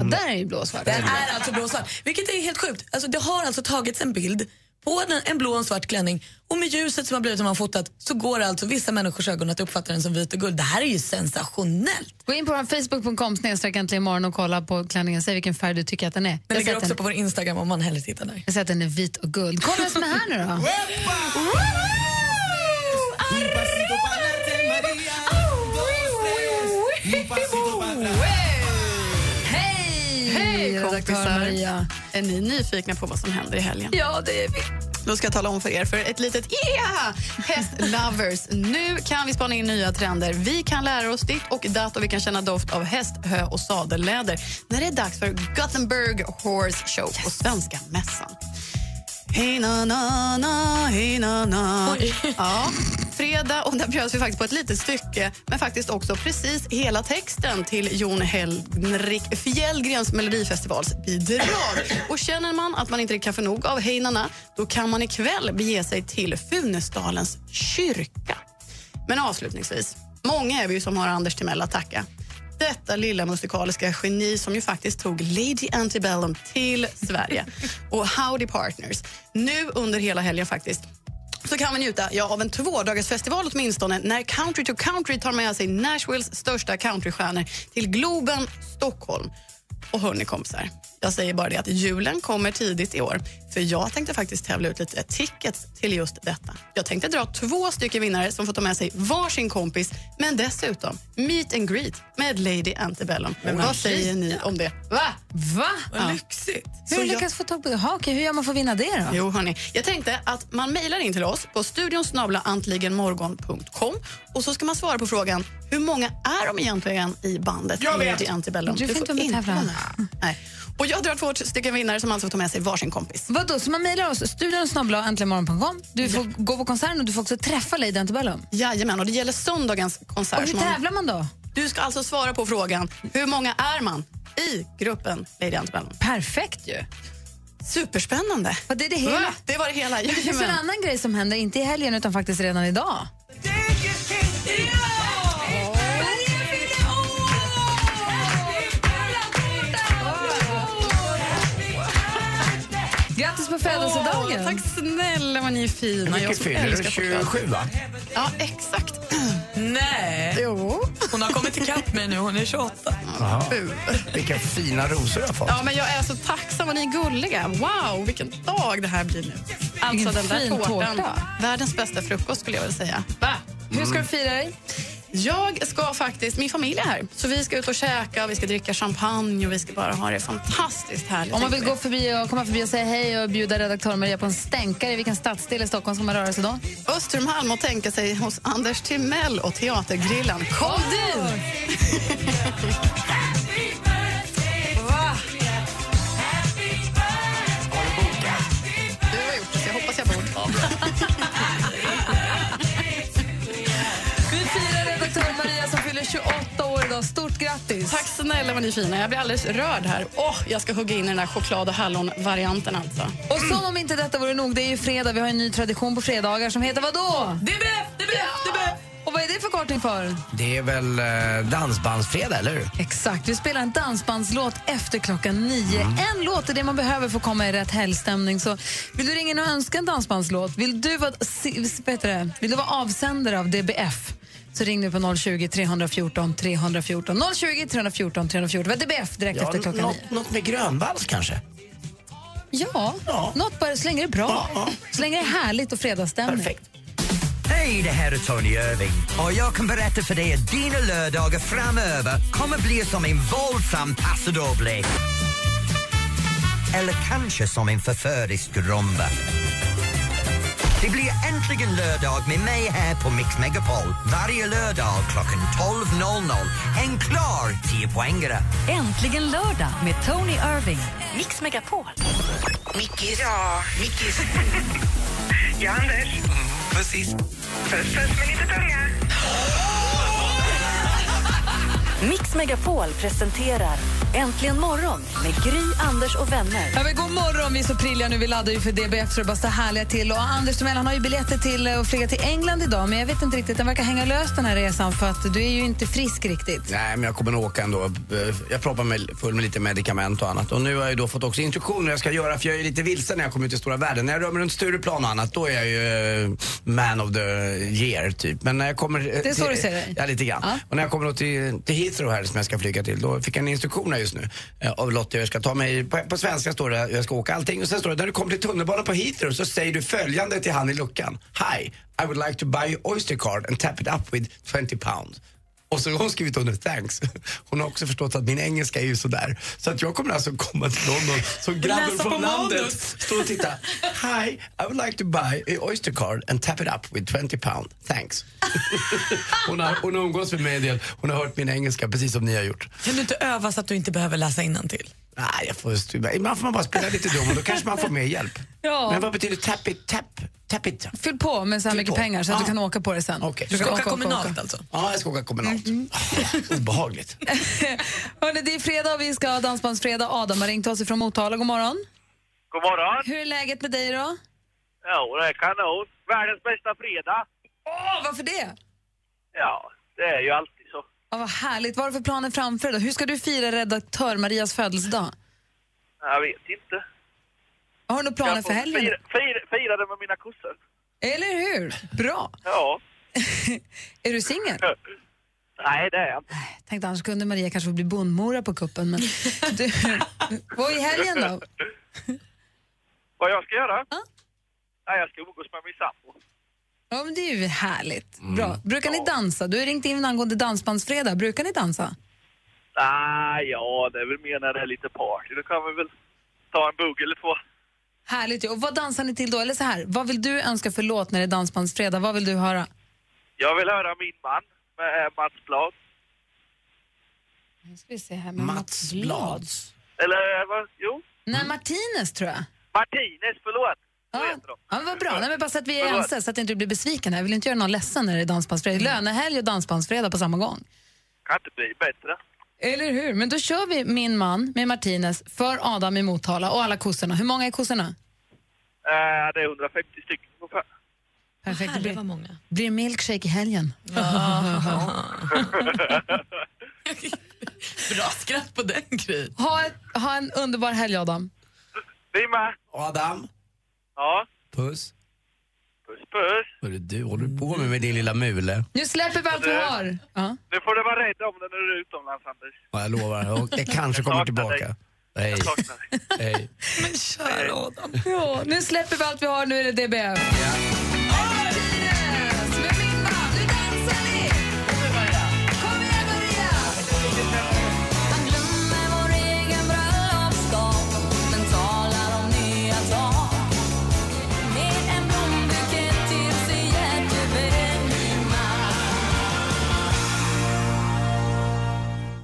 D: Och där är ju blå och svart.
F: Den är alltså blå och svart, vilket är helt sjukt. Alltså, det har alltså tagits en bild på den, en blå och en svart klänning och med ljuset som har blivit när man har fotat så går alltså vissa människors ögon att uppfatta den som vit och guld. Det här är ju sensationellt.
D: Gå in på vår facebook.com snedstreck äntligen imorgon och kolla på klänningen. Säg vilken färg du tycker att den är. Jag
F: Den
D: säger
F: ligger
D: att
F: också på vår Instagram om man hellre tittar där.
D: Jag säger att den är vit och guld. Kom vem som är här nu då. Hej!
U: Hej
D: redaktör
U: kompisar!
D: Maria.
U: Är ni nyfikna på vad som händer i helgen?
D: Ja, det är vi.
U: Då ska jag tala om för er för ett litet yeah! Hästlovers. Nu kan vi spana in nya trender. Vi kan lära oss ditt och datt och vi kan känna doft av häst, hö och sadelläder när det är dags för Gothenburg Horse Show på Svenska Mässan. Hej na na na, hej na na. Ja, fredag och där bjöds vi faktiskt på ett litet stycke men faktiskt också precis hela texten till Jon Henrik Fjällgrens Melodifestivals bidrag. Och känner man att man inte riktigt kan få nog av Hej na na, då kan man ikväll bege sig till Funäsdalens kyrka. Men avslutningsvis, många är vi ju som har Anders Timell att tacka. Detta lilla musikaliska geni som ju faktiskt tog Lady Antebellum till Sverige. Och Howdy Partners. Nu under hela helgen faktiskt så kan vi njuta ja, av en tvådagarsfestival åtminstone när Country to Country tar med sig Nashvilles största countrystjärnor till Globen, Stockholm. Och hörni kompisar, jag säger bara det att julen kommer tidigt i år. För jag tänkte faktiskt tävla ut lite tickets till just detta. Jag tänkte dra två stycken vinnare som får ta med sig varsin kompis, men dessutom meet and greet med Lady Antebellum.
D: Men
U: Vad
D: vad
U: säger ni om det? Va?
D: Va?
U: Ja.
D: Hur
U: Så
D: lyckas
U: jag-
D: få tag på... Jaha, okej, hur gör man för att vinna det då?
U: Jo, hörni. Jag tänkte att man mejlar in till oss på studion snabla antligenmorgon.com och så ska man svara på frågan hur många är de egentligen i bandet
D: Jag vet.
U: Lady Antebellum?
D: Du får inte vara med och tävla.
U: med. Nej. Och jag drar två stycken vinnare som alltså får ta med sig varsin kompis.
D: Vadå, så man mejlar oss, studion snabla äntligenmorgon.com. Du får gå på konserten och du får också träffa Lady Antebellum.
U: Jajamän, och det gäller söndagens konsert.
D: Och hur
U: som man-
D: tävlar man då?
U: Du ska alltså svara på frågan hur många är man i gruppen Lady Antebellum?
D: Perfekt ju!
U: Superspännande.
D: Vad är det hela?
U: Va? Det var det hela.
D: Det finns en
U: Jajamän.
D: annan grej som händer, inte i helgen utan faktiskt redan idag. Grattis på födelsedagen!
U: Åh, tack snälla vad ni är fina.
E: Vilket
U: som
E: fyller du?
U: älskar choklad.
E: 27 va?
U: Ja, exakt.
F: Nej!
U: Jo.
F: Hon har kommit ikapp mig nu, hon är 28.
E: Jaha. Vilka fina rosor jag har fått.
U: Ja, men jag är så tacksam och ni är gulliga. Wow, vilken dag det här blir nu. Alltså
D: Vilken
U: den där
D: fin
U: tårtan.
D: tårta.
U: Världens bästa frukost skulle jag vilja säga. Va?
D: Hur ska du fira dig?
U: Jag ska faktiskt, min familj är här, så vi ska ut och käka, vi ska dricka champagne och vi ska bara ha det fantastiskt härligt.
D: Om man vill
U: tänkte
D: gå förbi och komma förbi och säga hej och bjuda redaktör Maria på en stänkare, i vilken stadsdel i Stockholm ska man röra sig då?
U: vi. Östermalm och tänka sig hos Anders Timell och Teatergrillen. Kom dit! Du har gjort det, så jag hoppas jag bor.
D: Vi firar redaktör Maria som fyller 28 år idag. Stort grattis!
U: Tack snälla vad ni är fina. Jag blir alldeles rörd här. Åh, jag ska hugga in i den här choklad och hallon-varianten alltså.
D: Och som om inte detta vore nog, det är ju fredag. Vi har en ny tradition på fredagar som heter vad då?
F: Det är bäst, det är bäst, det är bäst!
D: Och vad är det förkortning för?
E: Det är väl eh, dansbandsfredag, eller hur?
D: Exakt, vi spelar en dansbandslåt efter klockan nio. En låt är det man behöver för att komma i rätt helgstämning. Så vill du ringa in och önska en dansbandslåt? Vill du vara, si- vad heter det? vill du vara avsändare av DBF? Så ring nu på 020 314 314. 020 314 314. Vad är DBF direkt efter klockan
E: nå-
D: nio?
E: något med grönvals kanske?
D: Ja, något bara så länge det är bra. Så länge det är härligt och fredagsstämning.
V: Hej, det här är Tony Irving och jag kan berätta för dig att dina lördagar framöver kommer bli som en våldsam passadoble. Eller kanske som en förförisk rumba. Det blir äntligen lördag med mig här på Mix Megapol. Varje lördag klockan 12.00. En klar 10-poängare.
C: Äntligen lördag med Tony Irving. Mix Megapol.
W: Mickis. Ja,
V: [laughs]
W: Mickis. ja, Anders.
V: Mm,
B: Precis.
W: Puss, puss med lite tunga.
C: Mix Megapol presenterar Äntligen morgon med Gry, Anders och vänner.
D: Ja, men god morgon, vi är så prilliga nu. Vi laddar ju för DBF så det bara står härliga till. Och Anders Timell han har ju biljetter till eh, att flyga till England idag men jag vet inte riktigt, den verkar hänga löst den här resan för att du är ju inte frisk riktigt.
E: Nej, men jag kommer nog åka ändå. Eh, Jag proppar mig full med lite medicament och annat. Och nu har jag ju då fått också instruktioner hur jag ska göra för jag är ju lite vilsen när jag kommer ut i stora världen. När jag rör mig runt Stureplan och annat, då är jag ju eh, man of the year typ. Men när jag kommer...
D: Det är så du ser det?
E: Ja, lite grann. Och när jag kommer då till, till Heathrow här som jag ska flyga till, då fick jag en instruktion här just nu eh, av Lottie. hur Jag ska ta mig, på, på svenska står det hur jag ska åka allting. Och sen står det, när du kommer till tunnelbanan på Heathrow så säger du följande till han i luckan. Hi, I would like to buy your Oyster card and tap it up with 20 pound. Och så har hon skrivit under thanks. [laughs] Hon har också förstått att min engelska är ju sådär. Så att jag kommer alltså komma till London som grabben
B: Läsa på
E: från landet.
B: manus.
E: Stå och titta. Hi, I would like to buy a Oyster card and tap it up with 20 pound. Thanks. Hon har, hon har umgås med mig en del. Hon har hört min engelska precis som ni har gjort.
F: Kan du inte öva så att du inte behöver läsa till?
E: Nej, jag får, stu- ibland får man bara spela lite dum och då kanske man får mer hjälp.
D: Ja.
E: Men vad betyder tap it, tap, tap it?
D: Fyll på med så här
E: Fyll
D: mycket
E: på.
D: pengar så att
E: Ja.
D: du kan åka på det sen.
E: Du ska åka kommunalt alltså? Ja, jag ska åka kommunalt. Obehagligt.
D: Hörrni, det är fredag och vi ska ha Dansbandsfredag. Adam har ringt oss ifrån Motala. God morgon.
H: God morgon.
D: Hur är läget med dig då?
H: Jo, det är kanon. Världens bästa fredag.
D: Åh, varför det?
H: Ja, det är ju alltid så.
D: Ja, vad härligt. Vad har du för planer framför dig då? Hur ska du fira redaktör Marias födelsedag?
H: Jag vet inte.
D: Har du några planer
H: Jag får
D: för helgen?
H: Fira, fira, fira det med mina kossor.
D: Eller hur? Bra.
H: Ja.
D: Är du singel?
H: Nej, det är jag inte.
D: Tänkte annars kunde Maria kanske få bli bondmora på kuppen. Men [laughs] du, vad är i helgen då?
H: Vad jag ska göra? Nej, jag ska umgås med min sambo.
D: Ja, men det är ju härligt. Bra. Brukar ni dansa? Du har ringt in angående dansbandsfredag. Brukar ni dansa?
H: Nej, ja, det är väl mer när det är lite party. Då kan vi väl ta en bugg eller två.
D: Härligt ju. Och vad dansar ni till då? Eller så här, vad vill du önska för låt när det är dansbandsfredag? Vad vill du höra?
H: Jag vill höra min man med eh, Mats Blad.
D: Nu ska vi se här med Mats, Blads.
H: Eller eh, vad? Jo,
D: Nej, Martinez tror jag.
H: Martinez, förlåt. Så heter de.
D: Ja, men vad bra. Nej, men bara så att vi är
H: Förlåt.
D: ense, så att inte du blir besviken. här. Jag vill inte göra någon ledsen när det är dansbandsfredag. Lönehelg och dansbandsfredag på samma gång.
H: Kan inte bli bättre.
D: Eller hur? Men då kör vi Min man med Martinez för Adam i Motala och alla kossorna. Hur många är kossorna?
H: Eh, det är 150 stycken ungefär.
D: Perfekt. Det blir, blir milkshake i helgen.
F: Bra skratt på den Gry.
D: ha, ett, ha en underbar helg, Adam.
H: Vi med.
E: Adam.
H: Ja,
E: Puss.
H: puss puss.
E: Hörru du, håller du på med, med din lilla mule?
D: Nu släpper vi allt vi har. Ja.
H: Nu får du vara rädd om den när du är utomlands, Anders.
E: Ja, jag lovar. Och jag kanske kommer tillbaka. Hej. Hej.
F: Men kära Adam.
D: Ja, nu släpper vi allt vi har. Nu är det DBF.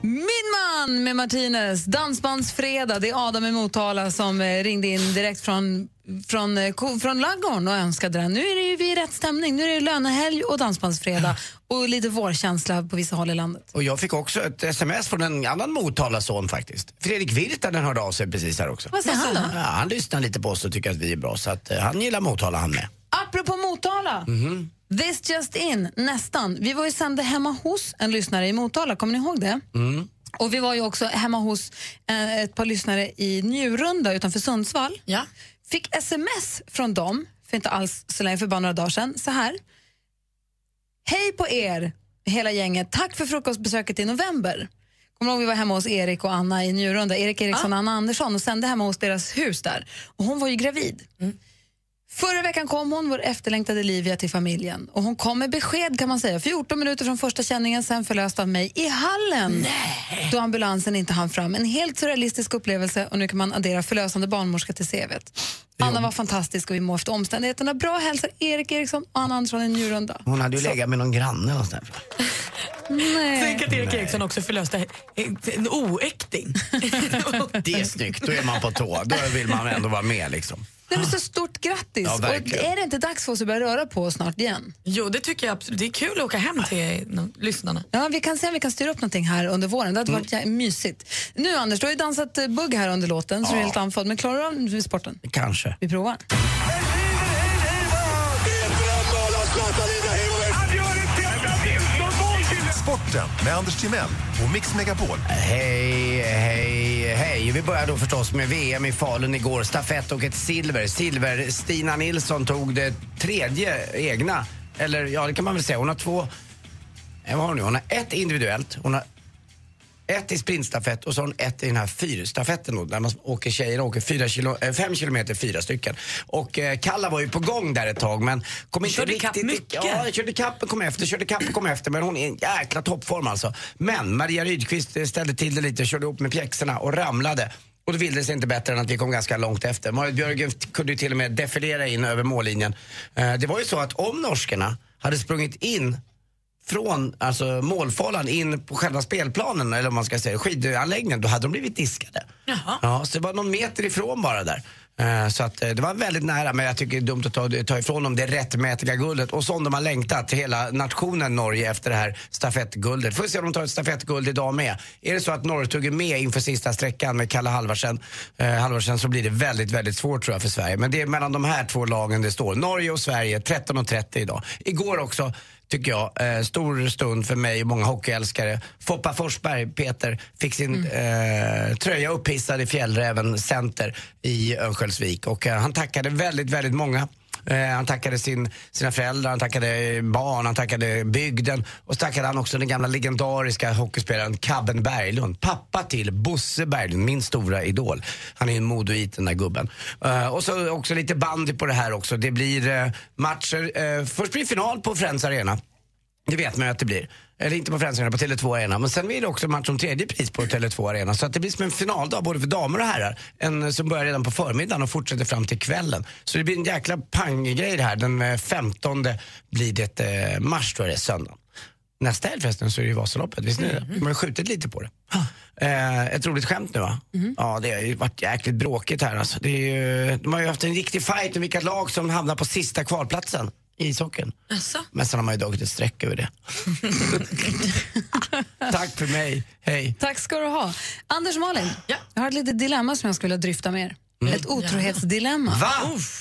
D: Min man med Martinez, Dansbandsfredag. Det är Adam i Motala som eh, ringde in direkt från, från, eh, ko- från laggården och önskade den. Nu är det ju vi i rätt stämning. Nu är det lönehelg och dansbandsfredag och lite vårkänsla på vissa håll i landet.
E: Och jag fick också ett sms från en annan Motalason faktiskt. Fredrik Virtanen hörde av sig precis här också.
D: Vad säger han då?
E: Ja, han lyssnar lite på oss och tycker att vi är bra så att eh, han gillar Motala han med.
D: Apropå Motala.
E: Mhm.
D: This just in, nästan. Vi var ju sända hemma hos en lyssnare i Motala, kommer ni ihåg det?
E: Mm.
D: Och vi var ju också hemma hos eh, ett par lyssnare i Njurunda utanför Sundsvall.
F: Ja.
D: Fick sms från dem för inte alls så länge, för bara några dagar sedan, så här. Hej på er, hela gänget. Tack för frukostbesöket i november. Kommer du ihåg vi var hemma hos Erik och Anna i Njurunda? Erik Eriksson och Anna Andersson och sände hemma hos deras hus där. Och hon var ju gravid. Förra veckan kom hon, vår efterlängtade Livia, till familjen. Och hon kom med besked kan man säga. 14 minuter från första känningen, sen förlöst av mig i hallen. Då ambulansen inte hann fram. En helt surrealistisk upplevelse och nu kan man addera förlösande barnmorska till CVt. Anna var fantastisk och vi mår efter omständigheterna. Bra hälsar Erik Eriksson och Anna Andersson i Njurunda.
E: Hon hade ju
D: Så-
E: legat med någon granne och sådär.
D: Nej.
A: Tänk att Erik Eriksson också förlöste en oäkting.
E: Det är snyggt, då är man på tå. Då vill man ändå vara med liksom.
D: Det är så stort grattis!
E: Ja,
D: och
E: verkligen.
D: är det inte dags för oss att börja röra på oss snart igen?
F: Jo, det tycker jag absolut. Det är kul att åka hem till no- lyssnarna.
D: Ja, vi kan se om vi kan styra upp någonting här under våren. Det hade varit
E: Mm.
D: jä- mysigt. Nu Anders, du har ju dansat eh, bugg här under låten så du är helt andfådd. Men klarar du av sporten?
E: Kanske.
D: Vi provar.
I: Sporten med Anders Timell och Mix Megapol.
E: Hej, hej, hej. Vi börjar då förstås med VM i Falun igår. Stafett och ett silver. Silver-Stina Nilsson tog det tredje egna. Eller ja, det kan man väl säga. Hon har två... eh, Vad har hon nu? Hon har ett individuellt. Hon har ett i sprintstafett och så har hon ett i den här fyrstafetten då, där man åker tjejerna åker fyra kilo, eh, fem kilometer, fyra stycken. Och eh, Kalla var ju på gång där ett tag men kom
A: Hon
E: inte
A: körde
E: riktigt...
A: ikapp mycket.
E: Ja, jag körde kapp och kom efter, körde kapp och kom efter men hon är i en jäkla toppform alltså. Men Maria Rydqvist eh, ställde till det lite, körde ihop med pjäxorna och ramlade. Och då ville det sig inte bättre än att vi kom ganska långt efter. Marit Björgen t- kunde ju till och med defilera in över mållinjen. Eh, Det var ju så att om norskarna hade sprungit in från alltså, målfållan in på själva spelplanen, eller om man ska säga skidanläggningen, då hade de blivit diskade. Ja, så det var någon meter ifrån bara där. Eh, Så att eh, det var väldigt nära, men jag tycker det är dumt att ta, ta ifrån dem det rättmätiga guldet. Och som de har längtat, till hela nationen Norge, efter det här stafettguldet. Får vi se om de tar ett stafettguld idag med. Är det så att Norrtug är med inför sista sträckan med Kalle Halvarsen, eh, Halvarsen så blir det väldigt, väldigt svårt tror jag för Sverige. Men det är mellan de här två lagen det står. Norge och Sverige, 13.30 idag. Igår också tycker jag. Eh, stor stund för mig och många hockeyälskare. Foppa Forsberg, Peter, fick sin eh, tröja upphissad i Fjällräven Center i Örnsköldsvik. Och eh, han tackade väldigt, väldigt många. Eh, han tackade sin, sina föräldrar, han tackade barn, han tackade bygden. Och så tackade han också den gamla legendariska hockeyspelaren Cabben Berglund. Pappa till Bosse Berglund, min stora idol. Han är en modoit den där gubben. Eh, och så också lite bandy på det här också. Det blir eh, matcher. eh, först blir det final på Friends Arena. Det vet man ju att det blir. Eller inte på Friends Arena, på Tele2 Arena. Men sen blir det också match om tredje pris på Tele2 Arena. Så att det blir som en finaldag både för damer och herrar. En eh, som börjar redan på förmiddagen och fortsätter fram till kvällen. Så det blir en jäkla panggrej det här. Den eh, 15 blir det eh, mars, tror jag det är, söndagen. Nästa helg förresten så är det ju Vasaloppet, visst ni det? De har ju skjutit lite på det. Eh, ett roligt skämt nu va? Ja, det har ju varit jäkligt bråkigt här alltså. det är ju, De har ju haft en riktig fight om vilka lag som hamnar på sista kvalplatsen i ishockeyn. Men sen har man ju dragit ett streck över det. Tack för mig, hej.
D: Tack ska du ha. Anders och Malin, jag har ett litet dilemma som jag skulle vilja dryfta med er.
E: Mm.
D: Ett otrohetsdilemma.
E: Va?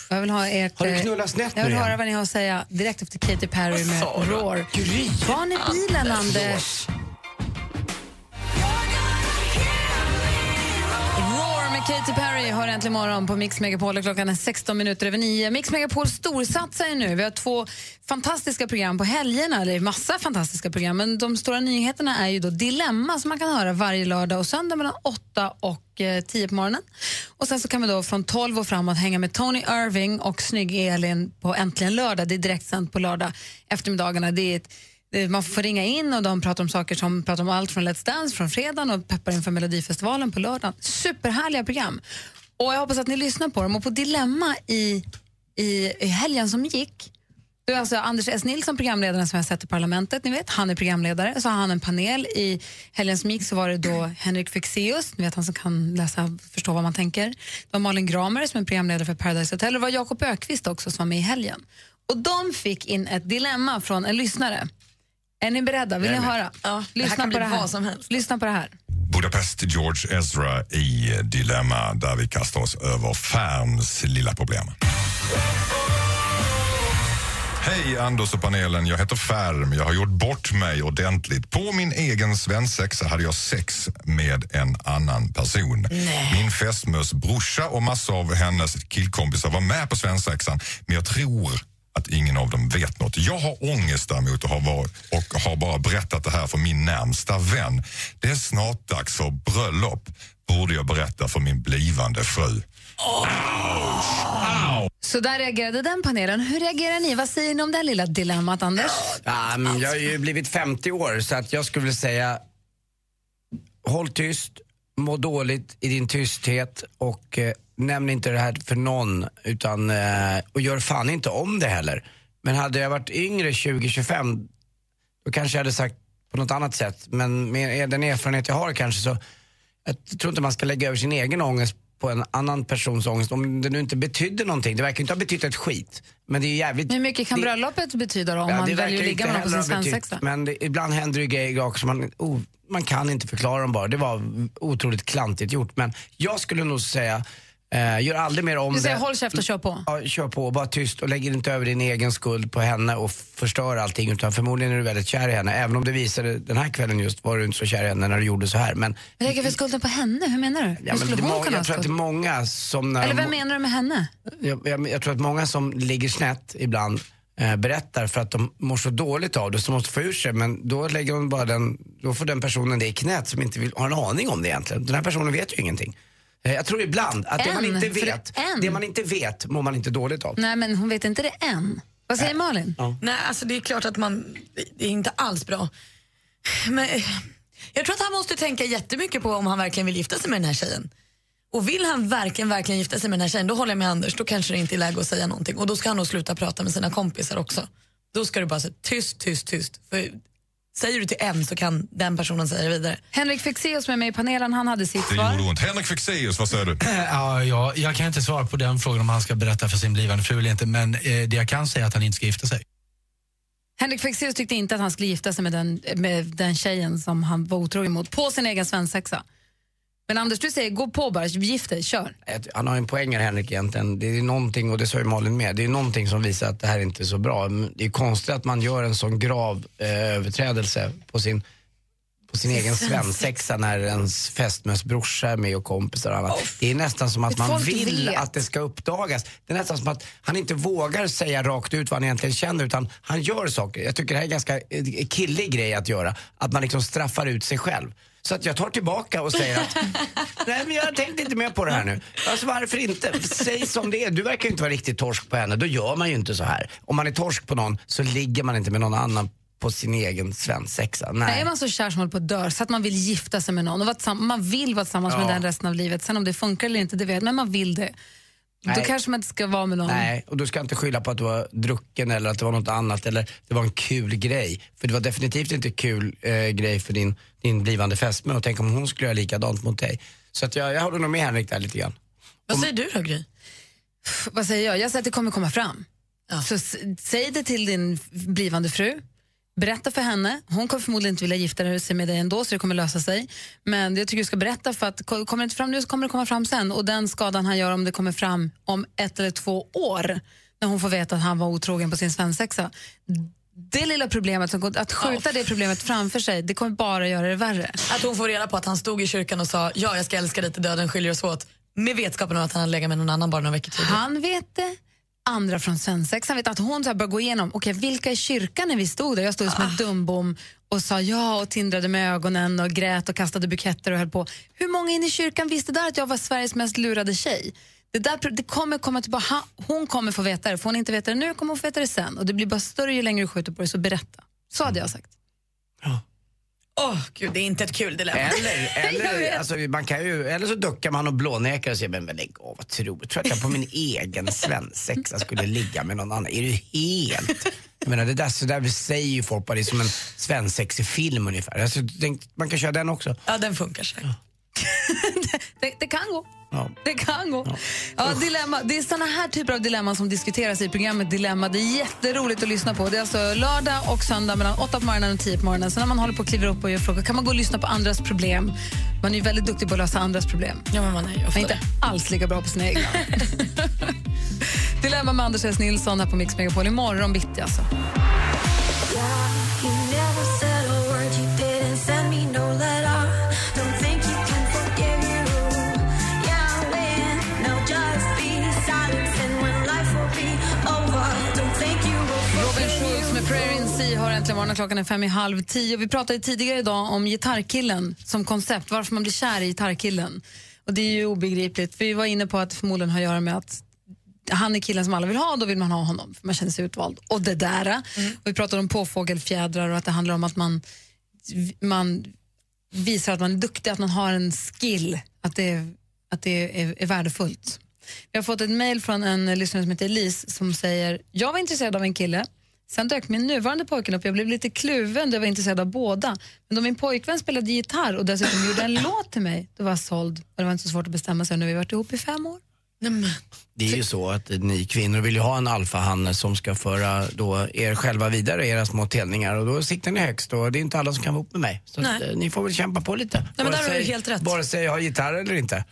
D: Jag vill ha ert,
E: Har du
D: eh,
E: knullat snett
D: Jag vill
E: nu igen?
D: höra vad ni har att säga direkt efter Katy Perry med
E: sa du?
D: Roar. Var ni bilen, Anders? Roar med Katy Perry hör äntligen morgon på Mix Megapol och klockan är 16 minuter över 9. Mix Megapol storsatsar ju nu. Vi har två fantastiska program på helgerna, eller massa fantastiska program. Men de stora nyheterna är ju då Dilemma som man kan höra varje lördag och söndag mellan 8 och eh, 10 på morgonen. Och sen så kan vi då från 12 och framåt hänga med Tony Irving och snygg Elin på Äntligen lördag. Det är direktsänt på lördag eftermiddagarna. Det är ett Eh, Man får ringa in och de pratar om saker som pratar om allt från Let's Dance från fredagen och peppar inför Melodifestivalen på lördagen. Superhärliga program. Och jag hoppas att ni lyssnar på dem. Och på Dilemma i, i, i helgen som gick, det är alltså Anders S. Nilsson, programledaren som jag har sett i Parlamentet, ni vet, han är programledare. Så har han en panel. I helgen som gick så var det då Henrik Fexeus, ni vet han som kan läsa förstå vad man tänker. Det var Malin Gramer som är programledare för Paradise Hotel och det var Jakob Ökvist också som var med i helgen. Och de fick in ett dilemma från en lyssnare. Är ni beredda? Vill
F: Jag
D: ni
F: är med.
D: höra?
F: Ja, det här
D: Lyssna
F: kan
D: på
F: bli
D: det här.
F: vad som helst.
D: Lyssna på det här.
L: Budapest George Ezra i Dilemma där vi kastar oss över Färms lilla problem. Hej Anders och panelen, jag heter Färm. Jag har gjort bort mig ordentligt. På min egen svensexa hade jag sex med en annan person. Min fästmös brorsa och massa av hennes killkompisar var med på svensexan, men jag tror att ingen av dem vet något. Jag har ångest däremot och har, var, och har bara berättat det här för min närmsta vän. Det är snart dags för bröllop, borde jag berätta för min blivande fru.
D: Så där reagerade den panelen. Hur reagerar ni? Vad säger ni om det här lilla dilemmat, Anders?
E: Ja, men jag har ju
D: Alltså.
E: blivit 50 år så att jag skulle säga håll tyst, må dåligt i din tysthet och eh, nämn inte det här för någon utan, eh, och gör fan inte om det heller. Men hade jag varit yngre, 20-25, då kanske jag hade sagt på något annat sätt. Men med den erfarenhet jag har kanske så, jag tror inte man ska lägga över sin egen ångest på en annan persons ångest om det nu inte betydde någonting. Det verkar ju inte ha betytt ett skit. Men det är ju jävligt...
D: Hur mycket kan
E: det-
D: bröllopet betyda då, om
E: Ja,
D: man
E: det
D: väljer
E: verkar
D: att
E: ju
D: ligga
E: inte
D: med någon på
E: heller
D: sin
E: ha betytt,
D: svensexa?
E: Men det, ibland händer ju grejer också som man, oh, man kan inte förklara dem bara. Det var otroligt klantigt gjort. Men jag skulle nog säga, eh, gör aldrig mer om
D: Du säger
E: det.
D: håll käft och kör på.
E: Ja, kör på, var tyst och lägg inte över din egen skuld på henne och förstör allting. Utan förmodligen är du väldigt kär i henne. Även om det visade den här kvällen just var du inte så kär i henne när du gjorde så här. Men,
D: Lägger vi skulden på henne? Hur menar du?
E: ja,
D: Hur
E: men det
D: skulle
E: är
D: hon
E: många-
D: kunna ha
E: jag tror att det är
D: skuld?
E: många som... När
D: Eller
E: de-
D: vem menar du med henne?
E: jag, jag, jag tror att många som ligger snett ibland eh, berättar för att de mår så dåligt av det så de måste få ur sig men då lägger de bara den, då får den personen det i knät som inte vill, har en aning om det egentligen. Den här personen vet ju ingenting. Eh, Jag tror ibland att det man
D: Än,
E: inte
D: för
E: vet,
D: än.
E: det man inte vet mår man inte dåligt av.
D: Nej, men hon vet inte det än. Vad säger Malin?
F: Nej, alltså det är klart att man, det är inte alls bra. Men eh, jag tror att han måste tänka jättemycket på om han verkligen vill gifta sig med den här tjejen. Och vill han verkligen, verkligen gifta sig med den här tjejen, då håller jag med Anders, då kanske det inte är läge att säga någonting. Och då ska han nog sluta prata med sina kompisar också. Då ska du bara säga tyst, tyst, tyst. För säger du till en så kan den personen säga det vidare.
D: Henrik Fexeus som är med i panelen, han hade sitt
L: Det
D: svar.
L: gjorde ont. Henrik Fexeus, vad säger du?
G: Ja, ja, jag kan inte svara på den frågan om han ska berätta för sin blivande fru eller inte, men eh, det jag kan säga är att han inte ska gifta sig.
D: Henrik Fexeus tyckte inte att han skulle gifta sig med den, med den tjejen som han var otrogen mot på sin egen svensexa. Men Anders, du säger gå på bara, gift dig, kör.
E: Ett- Han har ju en poäng här Henrik egentligen. Det är någonting, och det sa ju Malin med, det är någonting som visar att det här inte är så bra. Men Det är konstigt att man gör en sån grav eh, överträdelse på sin på sin egen svensexa när ens fästmös brorsa är med och kompisar och annat. Det är nästan som att
K: Vet
E: man
K: folk
E: vill
K: vet.
E: att det ska uppdagas. Det är nästan som att han inte vågar säga rakt ut vad han egentligen känner utan han gör saker. Jag tycker det här är en ganska eh, killig grej att göra. Att man liksom straffar ut sig själv. Så att jag tar tillbaka och säger att nej men jag tänkte inte mer på det här nu. Alltså varför inte? Säg som det är. Du verkar ju inte vara riktigt torsk på henne. Då gör man ju inte så här. Om man är torsk på någon så ligger man inte med någon annan på sin egen svensexa.
D: Nej. är man så kär som håller på att dö, så att man vill gifta sig med någon och vara tillsamm- man vill vara tillsammans med
E: Ja.
D: den resten av livet. Sen om det funkar eller inte, det vet jag, men man vill det. Då
E: Nej.
D: kanske man inte ska vara med någon.
E: Nej, och du ska inte skylla på att du var drucken eller att det var något annat eller det var en kul grej. För det var definitivt inte kul eh, grej för din, din blivande fästmö och tänk om hon skulle göra likadant mot dig. Så att jag, jag håller nog med Henrik där lite grann.
F: Vad säger du då Gry?
D: Pff, Vad säger jag? Jag säger att det kommer komma fram. Så s- säg det till din f- blivande fru. Berätta för henne. Hon kommer förmodligen inte vilja gifta sig med dig ändå så det kommer lösa sig. Men jag tycker du ska berätta för att ko- kommer det inte fram nu så kommer det komma fram sen. Och den skadan han gör om det kommer fram om ett eller två år när hon får veta att han var otrogen på sin svensexa. Det lilla problemet, som går- att skjuta det problemet framför sig, det kommer bara göra det värre.
F: Att hon får reda på att han stod i kyrkan och sa ja, jag ska älska dig till döden skiljer oss åt. Med vetskapen om att han hade legat med någon annan bara några veckor tidigare.
D: Han vet det. Andra från svensexan vet att hon så här bör gå igenom okay, vilka i kyrkan när vi stod där. Jag stod som en dumbom och sa ja och tindrade med ögonen och grät och kastade buketter och höll på. Hur många inne i kyrkan visste där att jag var Sveriges mest lurade tjej? Det, där, pro- det kommer komma tillbaka. Ha- Hon kommer få veta det. Får hon inte veta det nu kommer hon få veta det sen. Och det blir bara större ju längre du skjuter på det, så berätta. Så hade jag sagt.
F: Åh gud, det är inte ett kul dilemma.
E: Eller,
F: [laughs] Jag
E: eller,
F: vet.
E: alltså, man kan ju, eller så duckar man och blånekar och säger men, men lägg av, vad tror du? Tror att jag på min egen svensexa skulle ligga med någon annan? Är du helt... Jag menar, det där, så där säger ju folk bara, det är som en svensexig film ungefär. Alltså, tänk, man kan köra den också.
F: Ja, den funkar säkert.
D: Det, det kan gå.
E: Ja.
D: Det kan gå. Ja. dilemma. Det är såna här typer av dilemman som diskuteras i programmet Dilemma. Det är jätteroligt att lyssna på. Det är alltså lördag och söndag mellan 8 på morgonen och 10 på morgonen. Så när man håller på och kliver upp och gör frågor kan man gå och lyssna på andras problem. Man är ju väldigt duktig på att lösa andras problem.
F: Ja, men man är ju ofta
D: inte alls lika bra på sina egna. Dilemma med Anders S. Nilsson här på Mix Megapol. Imorgon bitti alltså. Robin Schultz med Prayer in Sea har äntligen morgonen. Klockan är fem i halv tio. Vi pratade tidigare idag om gitarrkillen som koncept, varför man blir kär i gitarrkillen. Och det är ju obegripligt. Vi var inne på att det förmodligen har att göra med att han är killen som alla vill ha, då vill man ha honom. För man känner sig utvald. Och det där. Och vi pratade om påfågelfjädrar och att det handlar om att man, man visar att man är duktig, att man har en skill, att det, att det är, är värdefullt. Vi har fått ett mejl från en lyssnare som heter Elise som säger jag var intresserad av en kille, sen dök min nuvarande pojkvän upp. Jag blev lite kluven då jag var intresserad av båda. Men då min pojkvän spelade gitarr och dessutom gjorde
F: [laughs]
D: en låt till mig, då var jag såld. Och det var inte så svårt att bestämma sig. Nu har vi varit ihop i fem år.
E: Det är ju så att ni kvinnor vill ju ha en alfahanne som ska föra då er själva vidare, era små tällningar. Och då siktar ni högst och det är inte alla som kan vara ihop med mig. Så
F: Nej.
E: att, eh, ni får väl kämpa på lite.
F: men
E: Vare
F: där har du
E: sig-
F: helt rätt.
E: Vare sig jag har gitarr eller inte.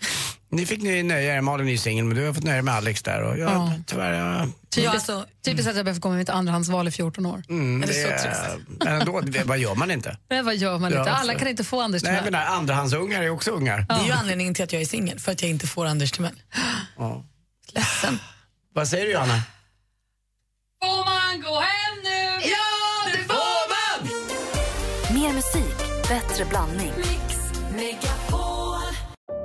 E: Ni fick ni nöja er, Malin är ju singel, men du har fått nöja er med Alex där. Och jag,
D: Ja.
E: tyvärr, jag,
D: Typiskt,
F: alltså-
D: typiskt att jag behöver gå med mitt andrahandsval i 14 år.
E: mm, det, men ändå, det- vad gör man inte?
D: Men vad gör man inte?
E: Ja,
D: Alla
E: så-
D: kan inte få Anders
E: Nej,
D: Timell.
E: men andrahandsungar är också ungar.
F: Det är ju anledningen till att jag är singel, för att jag inte får
D: [gasps]
F: Anders Timell. [gasps]
E: Ja. Vad säger du, Johanna?
D: Får man gå hem nu?
C: Ja, det får man! Mer musik, bättre blandning.